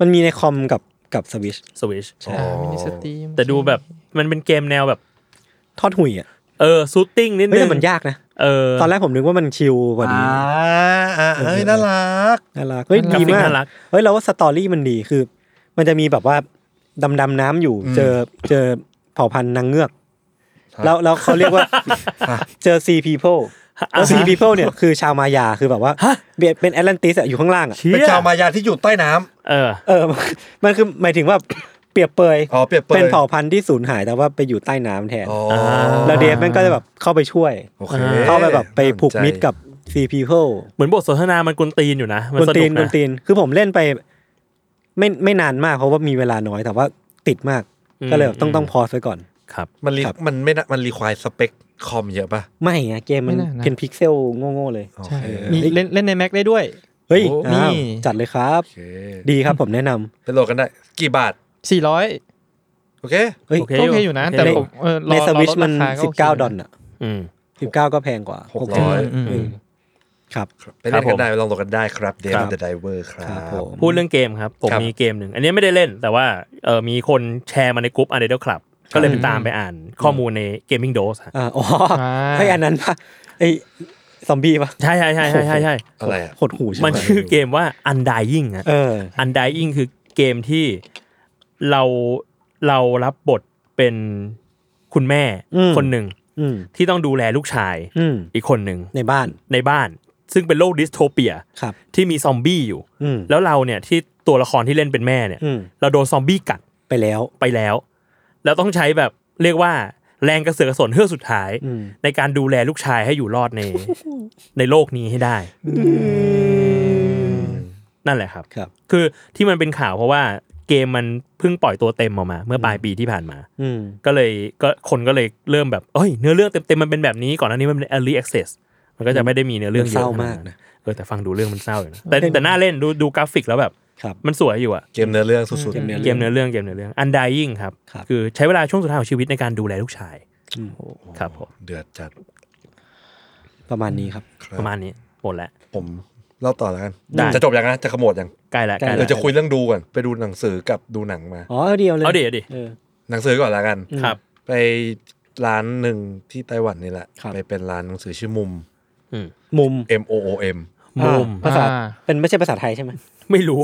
Speaker 3: มันมีในคอมกับกับสวิช
Speaker 4: สวิช
Speaker 6: อ่ามินิสตรีม
Speaker 4: แต่ดูแบบมันเป็นเกมแนวแบบ
Speaker 3: ทอดหุยอ่ะ
Speaker 4: เออซูตติ้งนิด
Speaker 3: ไม่
Speaker 4: นึ
Speaker 3: แต่
Speaker 4: ง
Speaker 3: มันยากนะ
Speaker 4: เออ
Speaker 3: ตอนแรกผมนึกว่ามันชิลกว่านี้
Speaker 5: อ่าอ่าเอ้ยน่ารัก
Speaker 3: น่ารักเฮ้ย
Speaker 6: น่ารัก
Speaker 3: ดีมาก
Speaker 4: น่ารัก
Speaker 3: เฮ้ยเราว่าสตอรี่มันดีคือ มันจะมีแบบว่าดำดำๆน้ำอยู่
Speaker 5: อืม
Speaker 3: เจอเจอเผ่าพันธุ์นางเงือก
Speaker 5: ครับ
Speaker 3: แล้วแล้วเขาเรี ยกว่าเจอซีพีเพ e แล้วซีพีเพ e เนี่ยคือชาวมายาคือแบบว่าเป็นแอตแลนติสอะอยู่ข้างล่างอะ
Speaker 4: เชี่
Speaker 5: เป็น
Speaker 4: ย
Speaker 5: ชาวมายาที่อยู่ใต้น้ำ
Speaker 4: เออ
Speaker 3: เอ อ มันคือหมายถึงว่าเปรียบเปย
Speaker 5: อ๋อเปรียบเปรย
Speaker 3: เป็นเผ่าพันธุ์ที่สูญหายแต่ว่าไปอยู่ใต้น้ำแทน
Speaker 5: อ๋อ
Speaker 3: แล้วเดฟแมันก็จะแบบเข้าไปช่วย
Speaker 5: โอเค
Speaker 3: เข้าไปแบบไปผูกมิตรกับซีพีเพ e
Speaker 4: เหมือนบทสนทนามันกวนตีนอยู่นะ มัน
Speaker 3: กวน
Speaker 4: ส
Speaker 3: ตี
Speaker 4: นุ
Speaker 3: น
Speaker 4: ก
Speaker 3: กว
Speaker 4: นะ
Speaker 3: นตีนคือผมเล่นไป ไม่ไม่นานมากเพราะว่ามีเวลาน้อยแต่ว่าติดมาก ก็เลยแบบต้องต้องพอสไว้ก่อน
Speaker 4: ครับ
Speaker 5: มันรี
Speaker 3: ครับ
Speaker 5: มันไม่น่ามันรีควายสเปคคอมเยอะป่ะ
Speaker 3: ไม่อะเกมมัน
Speaker 6: ไม่น่านะ
Speaker 3: เป็นพิกเซลโง่ๆเลย
Speaker 6: ใช่
Speaker 5: โอเค
Speaker 6: มีเล่นเล่นในแม็กได้ด้วย
Speaker 3: เฮ้ย
Speaker 5: โอ้
Speaker 3: อ้าว
Speaker 6: นี่
Speaker 3: จัดเลยครับ
Speaker 5: โอเค
Speaker 3: ดีครับผมแนะนำ
Speaker 5: ไปโหลดกันได้ กี่บาท
Speaker 6: 400
Speaker 5: โอเค
Speaker 3: เฮ้ย
Speaker 6: ก็โอเคอยู่นะ แต่
Speaker 3: ใน
Speaker 6: ผมเออร
Speaker 3: ใน
Speaker 6: อ
Speaker 3: สวิช
Speaker 6: รอลด
Speaker 3: มัน
Speaker 6: รคก็โค
Speaker 3: 19 ดอลน่ะ
Speaker 4: อืม
Speaker 3: 19 ก็แพงกว่า
Speaker 5: หก
Speaker 3: สิบ
Speaker 5: ร้อย
Speaker 6: อืมอืม
Speaker 3: ครับ
Speaker 5: ไปเล่นกันได้ไปลองโหลดกันได้ครับเดฟ
Speaker 4: ครับ
Speaker 5: เดอะไดเวอร์ครับ
Speaker 3: ครับผม
Speaker 4: พูดเรื่องเกมครับ ผม
Speaker 5: ครับ
Speaker 4: มีเกมหนึ่ง อันนี้ไม่ได้เล่นแต่ว่าเออมีคนแชร์มาในกลุ่ม u n d e r t a l e Club ก็เลยไปตามไปอ่านข้อมูลใน Gaming Dose ฮะ
Speaker 3: อ่าอ๋ออา ไออันนั้นปะไอซอมบี้ปะ
Speaker 4: ใช่ใช่ใช่ใช่ใช่ใช่
Speaker 5: อะไรอ่ะ
Speaker 3: หดหูใช่ไหม
Speaker 4: มันชื่อเกมว่า Undying อะ
Speaker 3: เออ
Speaker 4: Undying คือเกมที่เราเรารับบทเป็นคุณแม่
Speaker 3: อืม
Speaker 4: คนหนึ่ง
Speaker 3: อืม
Speaker 4: ที่ต้องดูแลลูกชาย
Speaker 3: อืม
Speaker 4: อีกคนหนึ่ง
Speaker 3: ในบ้าน
Speaker 4: ในบ้าน ซึ่งเป็นโลกดิสโทเปีย
Speaker 3: ครับ
Speaker 4: ที่มีซอมบี้อยู่
Speaker 3: อืม
Speaker 4: แล้วเราเนี่ยที่ตัวละครที่เล่นเป็นแม่เนี่ย
Speaker 3: อืม
Speaker 4: เราโดนซอมบี้กัด
Speaker 3: ไปแล้ว
Speaker 4: ไปแล้ว แล้วต้องใช้แบบเรียกว่าแรงกระเสือกกระสนเฮือกสุดท้าย
Speaker 3: อืม
Speaker 4: ในการดูแลลูกชายให้อยู่รอดใน ในโลกนี้ให้ได้ นั่นแหละครับ
Speaker 3: ครับ
Speaker 4: คือที่มันเป็นข่าวเพราะว่าเกมมันเพิ่งปล่อยตัวเต็มออกมา เมื่อปลายปีที่ผ่านมา
Speaker 3: อืม
Speaker 4: ก็เลยก็คนก็เลยเริ่มแบบเอ้ยเนื้อเรื่องเต็มๆมันเป็นแบบนี้ก่อนหน้านี้มันเป็น early access มันก็จะไม่ได้มีเนื้อเรื่องเย
Speaker 3: เศ
Speaker 4: อะ
Speaker 3: ร้า
Speaker 4: ขนด
Speaker 3: มากนะ
Speaker 4: เออแต่ฟังดูเรื่องมันเศร้าอยู่นะแต่แต่น่าเล่นดูดูกราฟิกแล้วแบบ
Speaker 3: ครับ
Speaker 4: มันสวยอยู่อะ
Speaker 5: เกมเนื้อเรื่องสุด
Speaker 3: เกมเนื้อ
Speaker 4: เก
Speaker 3: เรื่อง
Speaker 4: มเนื้อเรื่องเกมเนื้อเรื่องอันดายิ่งครับ
Speaker 3: ครับ
Speaker 4: คือใช้เวลาช่วงสุดท้ายของชีวิตในการดูแลลูกชาย
Speaker 3: อืม
Speaker 4: ครับผม
Speaker 5: ๆ เดือดจัด
Speaker 3: ประมาณนี้ครับ
Speaker 5: ค
Speaker 4: ป
Speaker 5: รับ
Speaker 4: ระมาณนี้หมดแล้ว
Speaker 5: ผมเล่าต่อแล้วกัน
Speaker 4: ได้
Speaker 5: จะจบยังนะ จะขโมดยัง
Speaker 4: ใกล้ละ
Speaker 3: ใกล้
Speaker 4: ใกล้
Speaker 3: ละ
Speaker 5: เดี๋
Speaker 4: ละ
Speaker 5: ยวจะคุยเรื่องดูก่อน ไปดูหนังสือกับดูหนังมา
Speaker 3: อ๋อเอาเดียวเลย
Speaker 4: เอาดิเอาดิ
Speaker 3: เออ
Speaker 5: หนังสือก่อนแล้วกัน
Speaker 4: ครับ
Speaker 5: ไปร้านหนึ่งที่ไต้หวันนี่แหละ
Speaker 3: ครับ
Speaker 5: ไปเป็นร้านหนังสือชื่อมุม
Speaker 3: มุม
Speaker 5: M O O M
Speaker 4: มุม
Speaker 3: อ่าภาษา
Speaker 6: อ่า
Speaker 3: เป็นไม่ใช่ภาษาไทยใช่ไหม
Speaker 4: ไม่รู้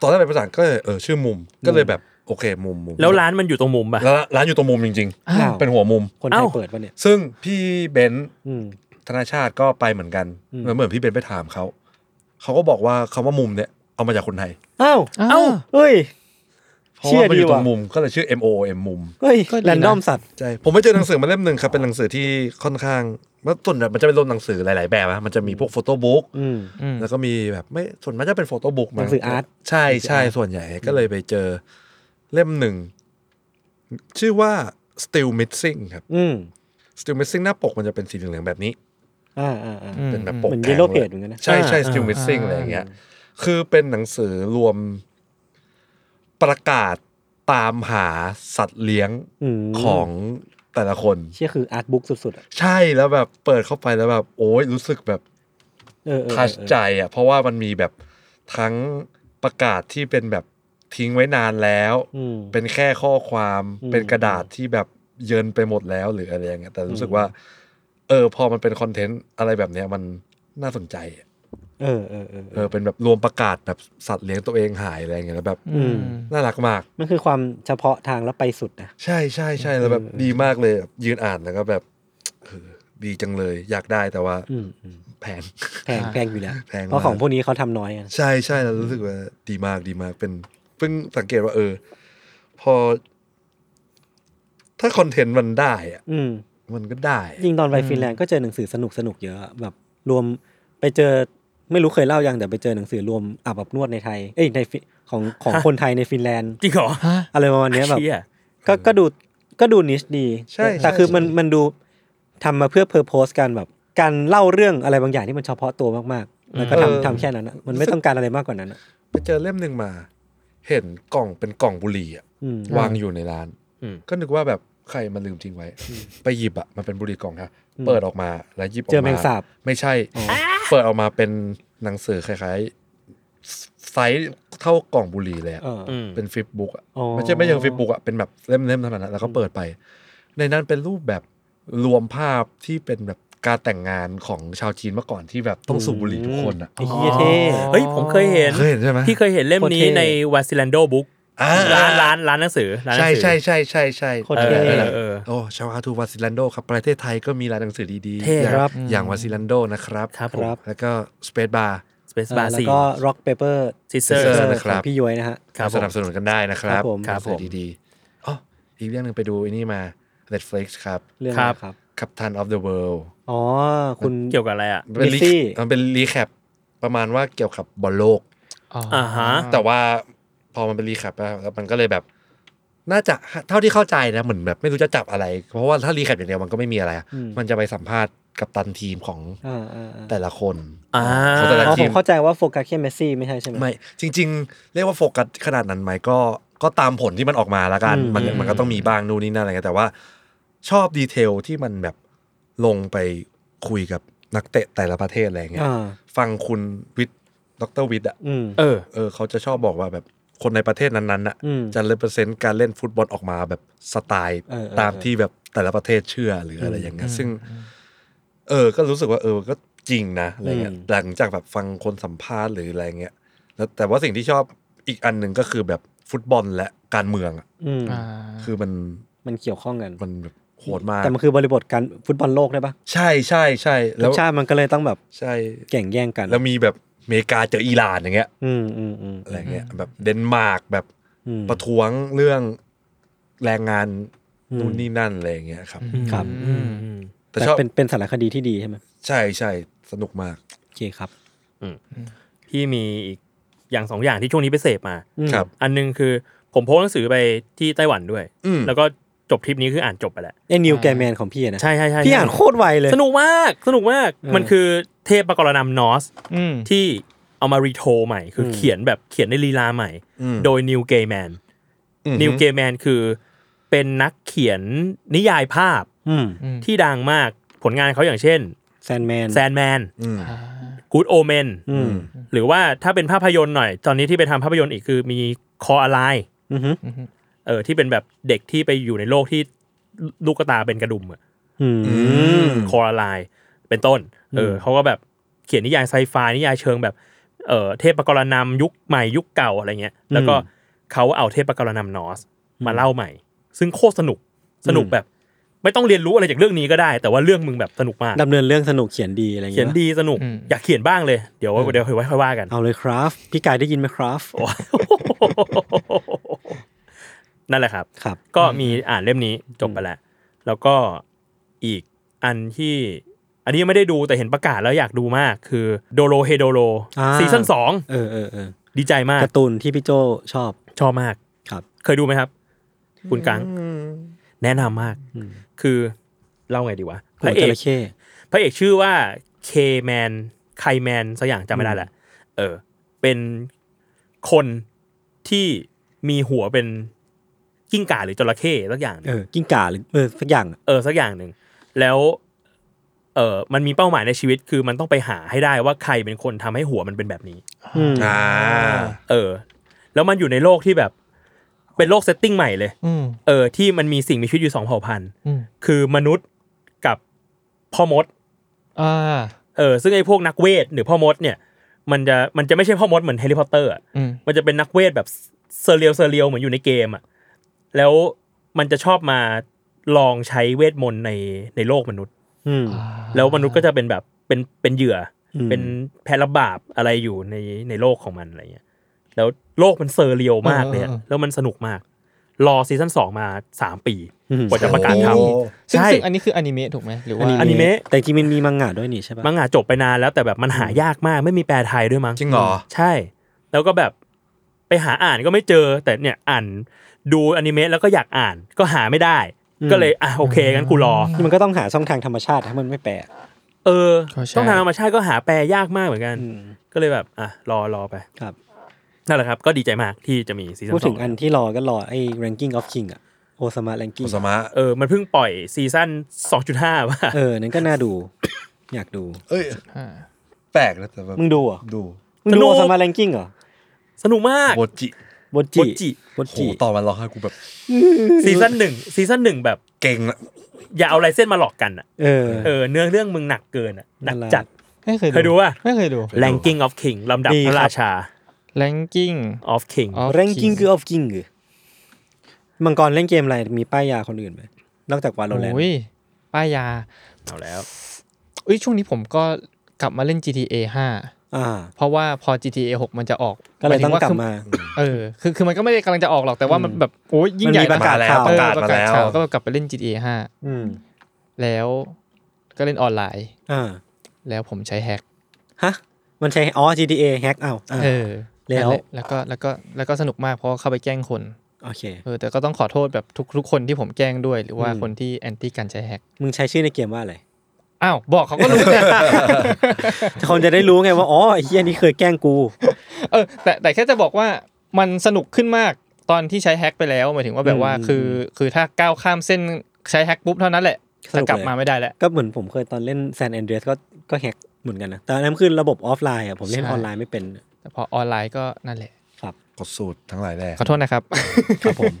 Speaker 5: ตอนแรกเป็นภาษาอังกฤษก็เลยเออชื่อมุม ก็เลยแบบโอเคมุมมุม
Speaker 4: แล้วร้านมันอยู่ตรงมุม ป่ะ
Speaker 5: แล้วร้านอยู่ตรงมุมจริง
Speaker 3: อ้าว
Speaker 5: ๆ เป็นหัวมุม
Speaker 3: คนไทย
Speaker 4: เอ้า
Speaker 3: เปิดปะเนี่ย
Speaker 5: ซึ่งพี่เบนซ์
Speaker 3: อืม
Speaker 5: ธนาชาติก็ไปเหมือนกัน
Speaker 3: อืม
Speaker 5: แล้วเหมือนพี่เบนซ์ไปถามเขาเขาก็บอกว่าคำว่ามุมเนี่ยเอามาจากคนไทย
Speaker 3: อ้าว
Speaker 6: เอ้า
Speaker 3: เฮ้ย
Speaker 5: เพราะ
Speaker 3: เชื่อ
Speaker 5: ว่ามันอยู่
Speaker 3: ดี
Speaker 5: ตร
Speaker 3: ว่ะ
Speaker 5: งมุมก็เลยชื่อ M O O M มุม
Speaker 3: เฮ้ย
Speaker 6: ก็ดีนะ
Speaker 3: แรนดอมสัตว์
Speaker 5: ใช่ผมไปเจอหนังสือมาเล่มหนึ่งครับเป็นหนังสือที่ค่อนข้างว่าส่วนใหญ่มันจะเป็นรวมหนังสือหลาย ๆ แบบนะมันจะมีพวกโฟโต้บุ๊ก
Speaker 3: อืม
Speaker 6: อืม
Speaker 5: แล้วก็มีแบบไม่ส่วนมากจะเป็นโฟโต้บุ๊กมั้
Speaker 3: หนังสืออาร์ต
Speaker 5: ใช่ใช่ส่วนใหญ่ก็เลยไปเจอเล่มหนึ่ง ชื่อว่า Still Missing ครับ
Speaker 3: อืม
Speaker 5: Still Missing หน้าปกมันจะเป็นสีเหลืองๆแบบนี้
Speaker 3: อ่าอ่าอ่า
Speaker 5: เป็นแบบปก
Speaker 3: เหมือน
Speaker 5: แข็ง
Speaker 3: Yellow Page เหมือนกันนะ
Speaker 5: ใช่ใช่
Speaker 3: อ่า
Speaker 5: Still
Speaker 4: อ่า
Speaker 5: Missing อะ
Speaker 6: อ่า
Speaker 5: ไรอย่างเงี้ยคือเป็นหนังสือรวมประกาศตามหาสัตว์เลี้ยง
Speaker 3: อืม
Speaker 5: ของแต่ละคน
Speaker 3: เชี่ยคืออาร์ตบุ๊กสุดๆอะ
Speaker 5: ใช่แล้วแบบเปิดเข้าไปแล้วแบบโอ้ยรู้สึกแบบ
Speaker 3: เออเออ
Speaker 5: ทัช
Speaker 3: เออ
Speaker 5: ใจอ่ะเพราะว่ามันมีแบบทั้งประกาศที่เป็นแบบทิ้งไว้นานแล้ว
Speaker 3: อืม
Speaker 5: เป็นแค่ข้อความ
Speaker 3: อืม
Speaker 5: เป็นกระดาษที่แบบเยินไปหมดแล้วหรืออะไรอย่างเงี้ยแต่รู้สึก
Speaker 3: อืม
Speaker 5: ว่า เออ พอมันเป็นคอนเทนต์อะไรแบบเนี้ยมันน่าสนใจอะ
Speaker 3: เออเออเออ
Speaker 5: เอ
Speaker 3: เอ
Speaker 5: อ
Speaker 3: อ
Speaker 5: เป็นแบบรวมประกาศแบบสัตว์เลี้ยงตัวเองหายอะไรอย่างเงี้ยแล้วแบบ
Speaker 3: อืม
Speaker 5: น่ารักมาก
Speaker 3: มันคือความเฉพาะทางแล้วไปสุดนะ
Speaker 5: ใช่ใช่ใช่แล้วแบบ
Speaker 3: เออเออ
Speaker 5: ดีมากเลยแบบยืนอ่านแล้วก็แบบเออดีจังเลย อยากได้แต่ว่า
Speaker 3: อืมอืม
Speaker 5: แพง
Speaker 3: แพงแพงอยู่แล้ว
Speaker 5: แพงมาก
Speaker 3: เพราะของพวกนี้เขาทำน้อยกัน
Speaker 5: ใช่ใช่แล้วรู้สึกว่าดีมากดีมากเป็นเพิ่งสังเกตว่า เออ พอ ถ้าคอนเทนต์มันได้อะ
Speaker 3: อืม
Speaker 5: มันก็ได้อะ
Speaker 3: ยิ่งตอนไปฟินแลนด์ก็เจอหนังสือสนุกสนุกๆเยอะอะแบบรวมไปเจอไม่รู้เคยเล่ายังแต่ไปเจอหนังสือรวมอาบอบนวดในไทย เอ้ยในฟิของของคนไทยในฟินแลนด์
Speaker 4: จริงเหรอ
Speaker 6: ฮะ
Speaker 3: อะไรประมาณเนี้ยแบบ
Speaker 4: เชี่ย
Speaker 3: ก็ก็ดูก็ดูนิชดี
Speaker 5: ใช่
Speaker 3: แต่
Speaker 5: ใช่
Speaker 3: คือมัน
Speaker 5: ใช่
Speaker 3: มันดูทำมาเพื่อเพอร์โพสการแบบการเล่าเรื่องอะไรบางอย่างที่มันเฉพาะตัวมากๆ แล้วก็ทำ
Speaker 5: เออ
Speaker 3: ทำแค่นั้นอะมันไม่ต้องการอะไรมากกว่านั้นอะ
Speaker 5: ไปเจอเล่มหนึ่งมา เห็นกล่องเป็นกล่องบุหรี่อะ
Speaker 3: อืม
Speaker 5: วางอยู่ในร้าน
Speaker 4: อืม
Speaker 5: ก็นึกว่าแบบใครมันลืมทิ้งไว้ ไปหยิบอะมันเป็นบุหรี่กล่องครับเปิดออกมาแล้วหยิบออก
Speaker 3: เจ
Speaker 5: มา
Speaker 3: อแมงสาบ
Speaker 5: ไม่ใช่
Speaker 3: อ๋อ
Speaker 5: เปิดออกมาเป็นหนังสือคล้ายๆไซส์เท่ากล่องบุหรี่เลยอะ
Speaker 3: เออ
Speaker 4: อืม
Speaker 5: เป็นฟิปบุ๊กอ่ะ
Speaker 3: อ๋อ
Speaker 5: ไม่ใช่ไม่ใช่ฟิปบุ๊กอ่ะเป็นแบบเล่มๆเท่านั้นอะแล้วก็เปิดไป ในนั้นเป็นรูปแบบรวมภาพที่เป็นแบบการแต่งงานของชาวจีนเมื่อก่อนที่แบบต้องสูบบุหรี่ทุกคนอ่ะ
Speaker 3: ไอ้เหี้ยเท่
Speaker 4: เฮ้ยผมเคยเห็น
Speaker 5: เคยเห็นใช่ไหม
Speaker 4: ที่เคยเห็นเล่มนี้
Speaker 3: โคตรเท่
Speaker 4: ในวาซิลันโดบุ๊ก
Speaker 5: อ่
Speaker 4: ร้านร้านร้านหนังสือร้านหนั
Speaker 5: ใช่
Speaker 4: งสือ
Speaker 5: ใช่ใช่ใช่ใช่
Speaker 3: โคตร
Speaker 4: เอ
Speaker 3: เท่
Speaker 4: อเออ
Speaker 5: ออ
Speaker 4: เออ
Speaker 5: โอ้ชาวอาทูวาซิลันโดครับประเทศไทยก็มีร้านหนังสือดีๆ
Speaker 4: เท่
Speaker 5: อย่าง
Speaker 3: ครับ
Speaker 5: อย่างวาซิลันโดนะครับ
Speaker 4: ครับผม
Speaker 5: แล้วก็สเปซบาร์
Speaker 4: สเปซบา
Speaker 3: อ่า
Speaker 4: ร์
Speaker 3: แล้ว
Speaker 4: ซี
Speaker 3: ก็ rock paper
Speaker 4: ซิเซอร์
Speaker 5: Scissor
Speaker 3: ของ
Speaker 5: นะครับ
Speaker 3: พี่ย้วยนะฮะ
Speaker 4: ครับผม
Speaker 5: สนับสนุนกันได้นะค
Speaker 3: ค
Speaker 5: รั
Speaker 3: รับ บผม
Speaker 5: หนังสือดีๆอ๋ออีกเรื่องหนึ่งไปดูไอ้นี่มา Netflix ครับ
Speaker 3: เรื่อง
Speaker 4: ค
Speaker 3: อะ
Speaker 4: รั
Speaker 3: ไร
Speaker 4: บ
Speaker 3: ครับ
Speaker 5: คัปตันออฟเดอะเวิลด์
Speaker 3: อ๋อ คุณ
Speaker 4: เกี่ยวกับอะไรอ่ะ
Speaker 5: เป็นรี
Speaker 3: เมสซี่
Speaker 5: มันเป็นรีแคปประมาณว่าเกี่ยวกับบอลโลก
Speaker 6: อ๋อ
Speaker 4: อ่าฮะ
Speaker 5: แต่ว่าพอมันเป็นรีแคปแล้วมันก็เลยแบบ น่าจะเท่าที่เข้าใจนะเหมือนแบบไม่รู้จะจับอะไร เพราะว่าถ้ารีแคปอย่างเดียวมันก็ไม่มีอะไรอะ
Speaker 3: อืม
Speaker 5: มันจะไปสัมภาษณ์กับตันทีมของ
Speaker 3: อ่าอ่าอ่า
Speaker 5: แต่ละคน
Speaker 4: อ่า
Speaker 5: ของแต่ละ
Speaker 3: อ๋อผ
Speaker 5: ที
Speaker 3: ม
Speaker 5: ม
Speaker 3: เข้าใจว่าโฟกัสแค่เมสซี่ไม่ใช่ใช่ไหม
Speaker 5: ไม่จริง ๆ เรียกว่าโฟกัสขนาดนั้นไหมก็ก็ตามผลที่มันออกมาแล้วกัน
Speaker 3: อืม
Speaker 5: มัน
Speaker 4: อืม
Speaker 5: มันก็ต้องมีบ้างนู่นนี่นั่นอะไรกันแต่ว่า ชอบดีเทลที่มันแบบลงไปคุยกับนักเตะแต่ละประเทศอะไรเงี้ย
Speaker 3: อ่า
Speaker 5: ฟังคุณวิทย์ดรวิทย์อ่ะ
Speaker 3: อืม
Speaker 4: เออ
Speaker 5: เออเขาจะชอบบอกว่าแบบคนในประเทศนั้นๆอ่ะ
Speaker 3: อืม
Speaker 5: จะเลเปอร์เซนต์การเล่นฟุตบอลออกมาแบบสไตล์
Speaker 3: เออเออ
Speaker 5: ตามที่แบบแต่ละประเทศเชื่อหรืออะไรอย่างเงี้ยซึ่ง เออ ก็รู้สึกว่าเออ ก็จริงนะอะไรเงี้ย
Speaker 3: อืม
Speaker 5: หลังจากแบบฟังคนสัมภาษณ์หรืออะไรเงี้ย แล้วแต่ว่าสิ่งที่ชอบอีกอันหนึ่งก็คือแบบฟุตบอลและการเมืองอะ
Speaker 3: อืม
Speaker 6: อ่า
Speaker 5: คือมัน
Speaker 3: มันเกี่ยวข้องกัน
Speaker 5: มันแบบโหดมาก
Speaker 3: แต่มันคือบริบทการฟุตบอลโลกได้ปะ
Speaker 5: ใช่ใช่ใช่
Speaker 3: ร
Speaker 5: แล้
Speaker 3: ส
Speaker 5: ว
Speaker 3: ชาติมันก็เลยต้องแบบ
Speaker 5: ใช่
Speaker 3: แข่งแย่งกัน
Speaker 5: แล้วมีแบบอเมริกาเจออิหร่านอย่างเงี้ย
Speaker 3: อืมอืมอืม
Speaker 5: อะไรเงี้ยแบบเดนมาร์กแบบ
Speaker 3: อืม
Speaker 5: ประท้วงเรื่องแรงงาน
Speaker 3: อืม
Speaker 5: นู่นนี่นั่นอะไรอย่างเงี้ยครับ
Speaker 3: ครับ
Speaker 4: อืมอืม
Speaker 5: แต่
Speaker 3: แต่
Speaker 5: ชอบ
Speaker 3: เป็นเป็นสารคดีที่ดีใช่ไหม
Speaker 5: ใช่ใช่สนุกมาก
Speaker 3: โอเคครับ
Speaker 4: พี่มีอีกอย่างสองอย่างที่ช่วงนี้ไปเสพมา
Speaker 3: อืม
Speaker 5: ครับ
Speaker 4: อันหนึงคือผมโพสต์หนังสือไปที่ไต้หวันด้วย
Speaker 5: อืม
Speaker 4: แล้วก็จบทริปนี้คืออ่านจบไปแล้ว
Speaker 3: ไอ้นิวแกแมนของพี่อะนะ
Speaker 4: ใช่ใช่ใช่
Speaker 3: พี่อ่านโคตรไวเลย
Speaker 4: สนุกมาก สนุกมาก
Speaker 3: เออ
Speaker 4: มันคือเทพประกรณำนอส
Speaker 6: อืม
Speaker 4: ที่เอามารีโทใหม่ คืออ
Speaker 3: ม
Speaker 4: เขียนแบบเขียนในลีลาใหม่
Speaker 5: อืม
Speaker 4: โดยนิวเกย์แมน
Speaker 5: อืม
Speaker 4: นิวเกย์แมนคือเป็นนักเขียนนิยายภาพ
Speaker 3: อืม
Speaker 4: ที่ดังมาก ผลงานเขาอย่างเช่น
Speaker 3: แซนแมน
Speaker 4: แซนแมน
Speaker 5: อืม
Speaker 4: กูดโอเมน
Speaker 3: อืม
Speaker 4: หรือว่าถ้าเป็นภาพยนตร์หน่อย ตอนนี้ที่ไปทำภาพยนตร์อีกคือมีคออะไร
Speaker 3: อือหือ
Speaker 4: เออที่เป็นแบบเด็กที่ไปอยู่ในโลกที่ลูกตาเป็นกระดุมอะ
Speaker 3: อืม
Speaker 5: อืม
Speaker 4: คอร์ไลน์เป็นต้นเอออ
Speaker 3: ม
Speaker 4: เขาก็แบบเขียนนิยายไซไฟนิยายเชิงแบบเออเทพกรณำยุคใหม่ยุคเก่าอะไรเงี้ย แล้วก็เขาเอาเทพกรณำนอสมาเล่าใหม่ ซึ่งโคตรสนุกสนุกแบบ ไม่ต้องเรียนรู้อะไรจากเรื่องนี้ก็ได้ แต่ว่าเรื่องมึงแบบสนุกมาก
Speaker 3: ดำเนินเรื่องสนุกเขียนดีอะไรอย่าง
Speaker 4: เขีย
Speaker 3: เงี้
Speaker 4: น
Speaker 3: ย
Speaker 4: ดีสนุก
Speaker 6: อืม
Speaker 4: อยากเขียนบ้างเลยเดี๋ยวเดี๋ยวไว้ค่อยว่ากัน
Speaker 3: เอาเลยครับ พี่กายได้ยินไหมครับ
Speaker 4: นั่นแหละครับ
Speaker 3: ครับ
Speaker 4: ก็มีอ่านเล่มนี้จบไปแล้ว แล้วก็อีกอันที่ อันนี้ยังไม่ได้ดูแต่เห็นประกาศแล้วอยากดูมาก คือโดโ o เฮโดโ o
Speaker 3: อ่า
Speaker 4: ซีซั่นสอง
Speaker 3: เออเออเออ
Speaker 4: ดีใจมาก
Speaker 3: การ์ตูนที่พี่โจชอบ
Speaker 4: ชอบมาก
Speaker 3: ครับ
Speaker 4: เคยดูไหมครับ คุณกังแนะนำมาก คือเล่าไงดีวะพ
Speaker 3: หัว
Speaker 4: ระเอ
Speaker 3: จ
Speaker 4: ก
Speaker 3: ระเข้
Speaker 4: พระเอกชื่อว่าเคแมนไคแมนสักอย่างจำไม่ได้แหละ เออ เป็นคนที่มีหัวเป็นกิ้งก่าหรือจระเข้สักอย่างหนึ่ง
Speaker 3: เออกิ้งก่าหรือเออสักอย่างอะ
Speaker 4: เออสักอย่างหนึ่งแล้วเออมันมีเป้าหมายในชีวิตคือมันต้องไปหาให้ได้ว่าใครเป็นคนทำให้หัวมันเป็นแบบนี้
Speaker 3: อืม
Speaker 5: อ่า
Speaker 4: เออ แล้วมันอยู่ในโลกที่แบบเป็นโลกเซตติ้งใหม่เลย
Speaker 6: อืม
Speaker 4: เออที่มันมีสิ่งมีชีวิตอยู่สองเผ่าพันธุ์
Speaker 6: อืม
Speaker 4: คือมนุษย์กับพ่อมด
Speaker 6: อ่า
Speaker 4: เออซึ่งไอ้พวกนักเวทหรือพ่อมดเนี่ย มันจะมันจะไม่ใช่พ่อมดเหมือนแฮร์รี่พอตเตอร์อะ
Speaker 6: อืม
Speaker 4: มันจะเป็นนักเวทแบบเซเรียลเซเรียลเหมือนอยู่ในเกมอ่ะแล้วมันจะชอบมาลองใช้เวทมนต์ในในโลกมนุษย์
Speaker 3: อืม
Speaker 4: แล้วมนุษย์ก็จะเป็นแบบเป็นเป็นเหยื่ออ
Speaker 3: ม
Speaker 4: เป็นแพระบาปอะไรอยู่ในในโลกของมันอะไรเงี้ยแล้วโลกมันเซอร์เรียลมากเลยอะแล้วมันสนุกมาก รอซีซั่นสองมาสามปี
Speaker 3: อืม
Speaker 4: กว่าจะประกาศท
Speaker 5: โอ้
Speaker 4: ำ
Speaker 6: ซึ่ง
Speaker 4: ใช่
Speaker 6: ซึ่งอันนี้คืออนิเมะถูกไหมหรือว่า
Speaker 4: อนิเมะ
Speaker 3: แต่จริงๆมันมีมังงะด้วยนี่ใช่ปะ
Speaker 4: มังงะจบไปนานแล้วแต่แบบมันหายากมากไม่มีแปลไทยด้วยมั้ง
Speaker 5: จริงเหรอ
Speaker 4: ใช่ แล้วก็แบบไปหาอ่านก็ไม่เจอ แต่เนี่ยอ่านดูอนิเมะแล้วก็อยากอ่านก็หาไม่ได้ ก็เลยอ่ะโอเคงั้นกูรอ
Speaker 3: นี่มันก็ต้องหาช่องทางธรรมชาติถ้ามันไม่แปล
Speaker 4: เออ
Speaker 6: ก็ใช่
Speaker 4: ต้องทางธรรมชาติก็หาแปลยากมากเหมือนกัน
Speaker 3: อืม
Speaker 4: ก็เลยแบบอ่ะรอรอไป
Speaker 3: ครับ
Speaker 4: นั่นแหละครับ ก็ดีใจมากที่จะมีซีซั่นสอง
Speaker 3: พูดถึงอันที่รอก็รอไอ้ ranking of king อะโอซามะ ranking
Speaker 5: โอซามะ
Speaker 4: เออ มันเพิ่งปล่อยซีซั่น2.5 ว่า
Speaker 3: เออ นั่นก็น่าดู อยากดู
Speaker 5: เอ้ย
Speaker 6: อ่า
Speaker 5: แปลกนะแต่ว่า
Speaker 3: มึงดูเหรอ่ะ
Speaker 5: ดู
Speaker 3: มึงดูโอซามะ ranking เหรอ
Speaker 4: สนุกมาก
Speaker 5: โบจิ
Speaker 3: บนจิ
Speaker 4: บนจิ
Speaker 3: บน
Speaker 5: โห
Speaker 3: จิ
Speaker 5: ต่อมันร้องไห้กูแบบ
Speaker 4: ซีซั่นหนึ่งซีซั่นหนึ่งแบบ
Speaker 5: เก่งละ
Speaker 4: อย่าเอาลายเส้นมาหลอกกันอ่ะ
Speaker 3: เออ
Speaker 4: เออเนื้อเรื่องมึงหนักเกินอ่ะหนักจัด
Speaker 6: ไม่เคย
Speaker 4: เคยดูป่ะ
Speaker 6: ไม่เคยดู
Speaker 4: Ranking of King ลำดับ
Speaker 3: นี่ค
Speaker 4: พ
Speaker 3: รับ
Speaker 4: ระราชา
Speaker 6: ranking
Speaker 4: of King
Speaker 6: of
Speaker 3: ranking คือ of king คือมังกรเล่นเกมอะไร มีป้ายยาคนอื่นไหมนอกจากวาโลแรน
Speaker 6: โอ้ยป้ายยา
Speaker 4: เอาแล้ว
Speaker 6: เอ้ยช่วงนี้ผมก็กลับมาเล่น GTA 5
Speaker 3: อ่า
Speaker 6: เพราะว่าพอ GTA 6 มันจะออก
Speaker 3: ก็เลยต้องกลับ
Speaker 6: หยถึว่
Speaker 3: มา
Speaker 6: คือเออคือคือมันก็ไม่ได้กำลังจะออกหรอกแต่ว่ามันแบบโอ้ยยิ่ง
Speaker 3: มัน
Speaker 6: ใหญ่
Speaker 3: มีประกาศ
Speaker 5: มแล้ว
Speaker 3: ข่าว
Speaker 5: ป
Speaker 6: เออก
Speaker 5: ระาศ
Speaker 6: ป
Speaker 5: มาก
Speaker 6: ระาศ
Speaker 5: แล้ว
Speaker 6: ข่าวก็กลับไปเล่น GTA
Speaker 3: อืม
Speaker 6: 5 แล้วก็เล่นออนไลน์
Speaker 3: อ่า
Speaker 6: แล้วผมใช้แฮก
Speaker 3: ฮะ มันใช้อ๋อ GTA hack เอาอ่า
Speaker 6: เออ
Speaker 3: แล้ว
Speaker 6: นั่นหะแล้วก็แล้วก็แล้วก็สนุกมากเพราะเข้าไปแกล้งคน
Speaker 3: โอเค
Speaker 6: เออแต่ก็ต้องขอโทษแบบทุกๆคนที่ผมแกล้งด้วย หรือว่าคนที่แอนตี้การใช้แฮก
Speaker 3: มึงใช้ชื่อในเกมว่าอะไร
Speaker 6: อ้าวบอกเขาก็รู้เนี่ย
Speaker 3: คนจะได้รู้ไงว่าอ๋อไอ้เฮียนี่เคยแกล้งกู
Speaker 6: เออแต่แต่แค่จะบอกว่ามันสนุกขึ้นมากตอนที่ใช้แฮกไปแล้วหมายถึงว่าแบบว่าคือคือถ้าก้าวข้ามเส้นใช้แฮกปุ๊บเท่านั้นแหละจะกลับมาไม่ได้แล้ว
Speaker 3: ก็เหมือนผมเคยตอนเล่นแซนแอนเดรสก็ก็แฮกเหมือนกันนะแต่อันนั้นคือระบบออฟไลน์อ่ะผมเล่น
Speaker 6: ใช่
Speaker 3: ออนไลน์ไม่เป็น
Speaker 6: แต่พอออนไลน์ก็นั่นแหละ
Speaker 5: กดสูตรทั้งหลายแหล่
Speaker 6: ขอโทษนะครับ
Speaker 3: ครับผม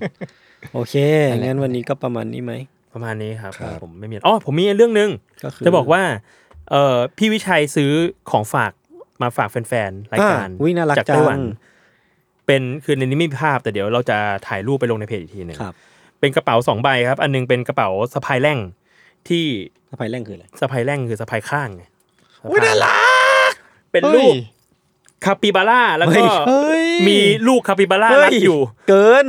Speaker 3: โอเค
Speaker 6: นั่นแหละ
Speaker 3: งั้นวันนี้ก็ประมาณนี้ไหม
Speaker 4: ประมาณนี้ครับ ผมไม่มีอ๋อผมมีเรื่องหนึ่ง
Speaker 3: ก็คือ
Speaker 4: จะบอกว่าเออพี่วิชัยซื้อของฝากมาฝากแฟนๆรายการ
Speaker 3: อ่ะอุ้ยน่ารัก
Speaker 4: จาก
Speaker 3: จั
Speaker 4: ไต้หวั
Speaker 3: ง
Speaker 4: น เป็นคือในนี้ไม่มีภาพแต่เดี๋ยวเราจะถ่ายรูปไปลงในเพจอีกทีหนึ่ง
Speaker 3: ครับ
Speaker 4: เป็นกระเป๋าสองใบครับ อันหนึงเป็นกระเป๋าสะพายแร่งที่
Speaker 3: สะพายแร่งคืออะไร
Speaker 4: สะพายแร่งคือสะพายข้างไงอุ้ยน่ารัก เป็นลูกคาปิบาร่าแล้วก็
Speaker 6: เฮ้ย
Speaker 4: มีลูกคาปิบาร่ารัดอยู่
Speaker 3: เกิน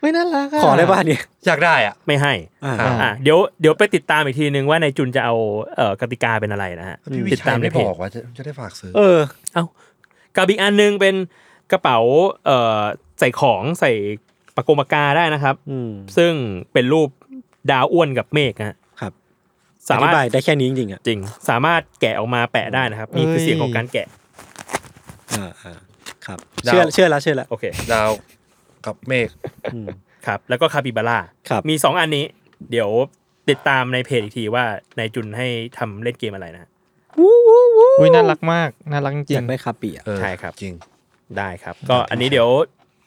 Speaker 6: เฮ้ยน่ารักะ
Speaker 3: ขอได้ป่ะเนี่ย
Speaker 5: อยากได้อ่ะ
Speaker 4: ไม่ให้
Speaker 3: อ่า
Speaker 5: อ่ะ
Speaker 4: อ่ะเดี๋ยวเดี๋ยวไปติดตามอีกทีนึงว่านายจุนจะเอาเอ่อกติกาเป็นอะไรนะฮะ
Speaker 5: พี่วิ
Speaker 4: ติด
Speaker 5: ชั
Speaker 4: ตาย มใน
Speaker 5: ไม่
Speaker 4: เพ
Speaker 5: บ
Speaker 4: จ
Speaker 5: อกว่าจะจะได้ฝากซื้อ
Speaker 3: เออ
Speaker 4: กับอีกอันหนึงเป็นกระเป๋าเอ่อใส่ของใส่ปากกงปากกาได้นะครับ
Speaker 3: อืม
Speaker 4: ซึ่งเป็นรูปดาวอ้วนกับเมฆนะฮะ
Speaker 3: ครับ
Speaker 4: สา
Speaker 3: อ
Speaker 4: มาร
Speaker 3: ธิ
Speaker 4: ถ
Speaker 3: บายได้แค่นี้จริงๆอ่ะ
Speaker 4: จริง สามารถแกะออกมาแปะได้นะครับ นี่คือเสียงของการแกะ
Speaker 3: อ่าอ่าครับ
Speaker 5: ดาว
Speaker 3: เชื่อเชื่อแล้วเชื่อแล้ว
Speaker 4: โอเค
Speaker 5: ดาวกับเมฆ
Speaker 4: ครับ แล้วก็คาปิบาร่า
Speaker 3: ครับ
Speaker 4: มี 2 อันนี้ เดี๋ยวติดตามในเพจอีกทีว่านายจุนให้ทำเล่นเกมอะไรนะ
Speaker 6: อุ้ยน่ารักมากน่ารักจริ
Speaker 3: อยาง กได้คาปีอ่ะ
Speaker 5: เออ
Speaker 4: ใช่ครับ
Speaker 5: จริง
Speaker 4: ได้ครับ ก็อันนี้เดี๋ยว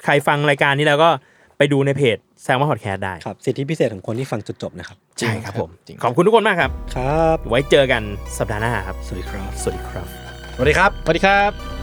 Speaker 4: ใครฟังรายการนี้แล้วก็ไปดูในเพจแซมว่าพอดแคสได้
Speaker 3: ครับ สิทธิพิเศษของคนที่ฟังจนจบนะครับ
Speaker 4: ใช่ครับผม
Speaker 6: จง
Speaker 4: ขอบคุณทุกคนมากครับ
Speaker 3: ครับ
Speaker 4: ไว้เจอกันสัปดาห์หน้าครับ
Speaker 3: สวัสดีครับ
Speaker 4: สวัสดีครับ
Speaker 5: สวัสดีครับ
Speaker 6: สวัสดีครับ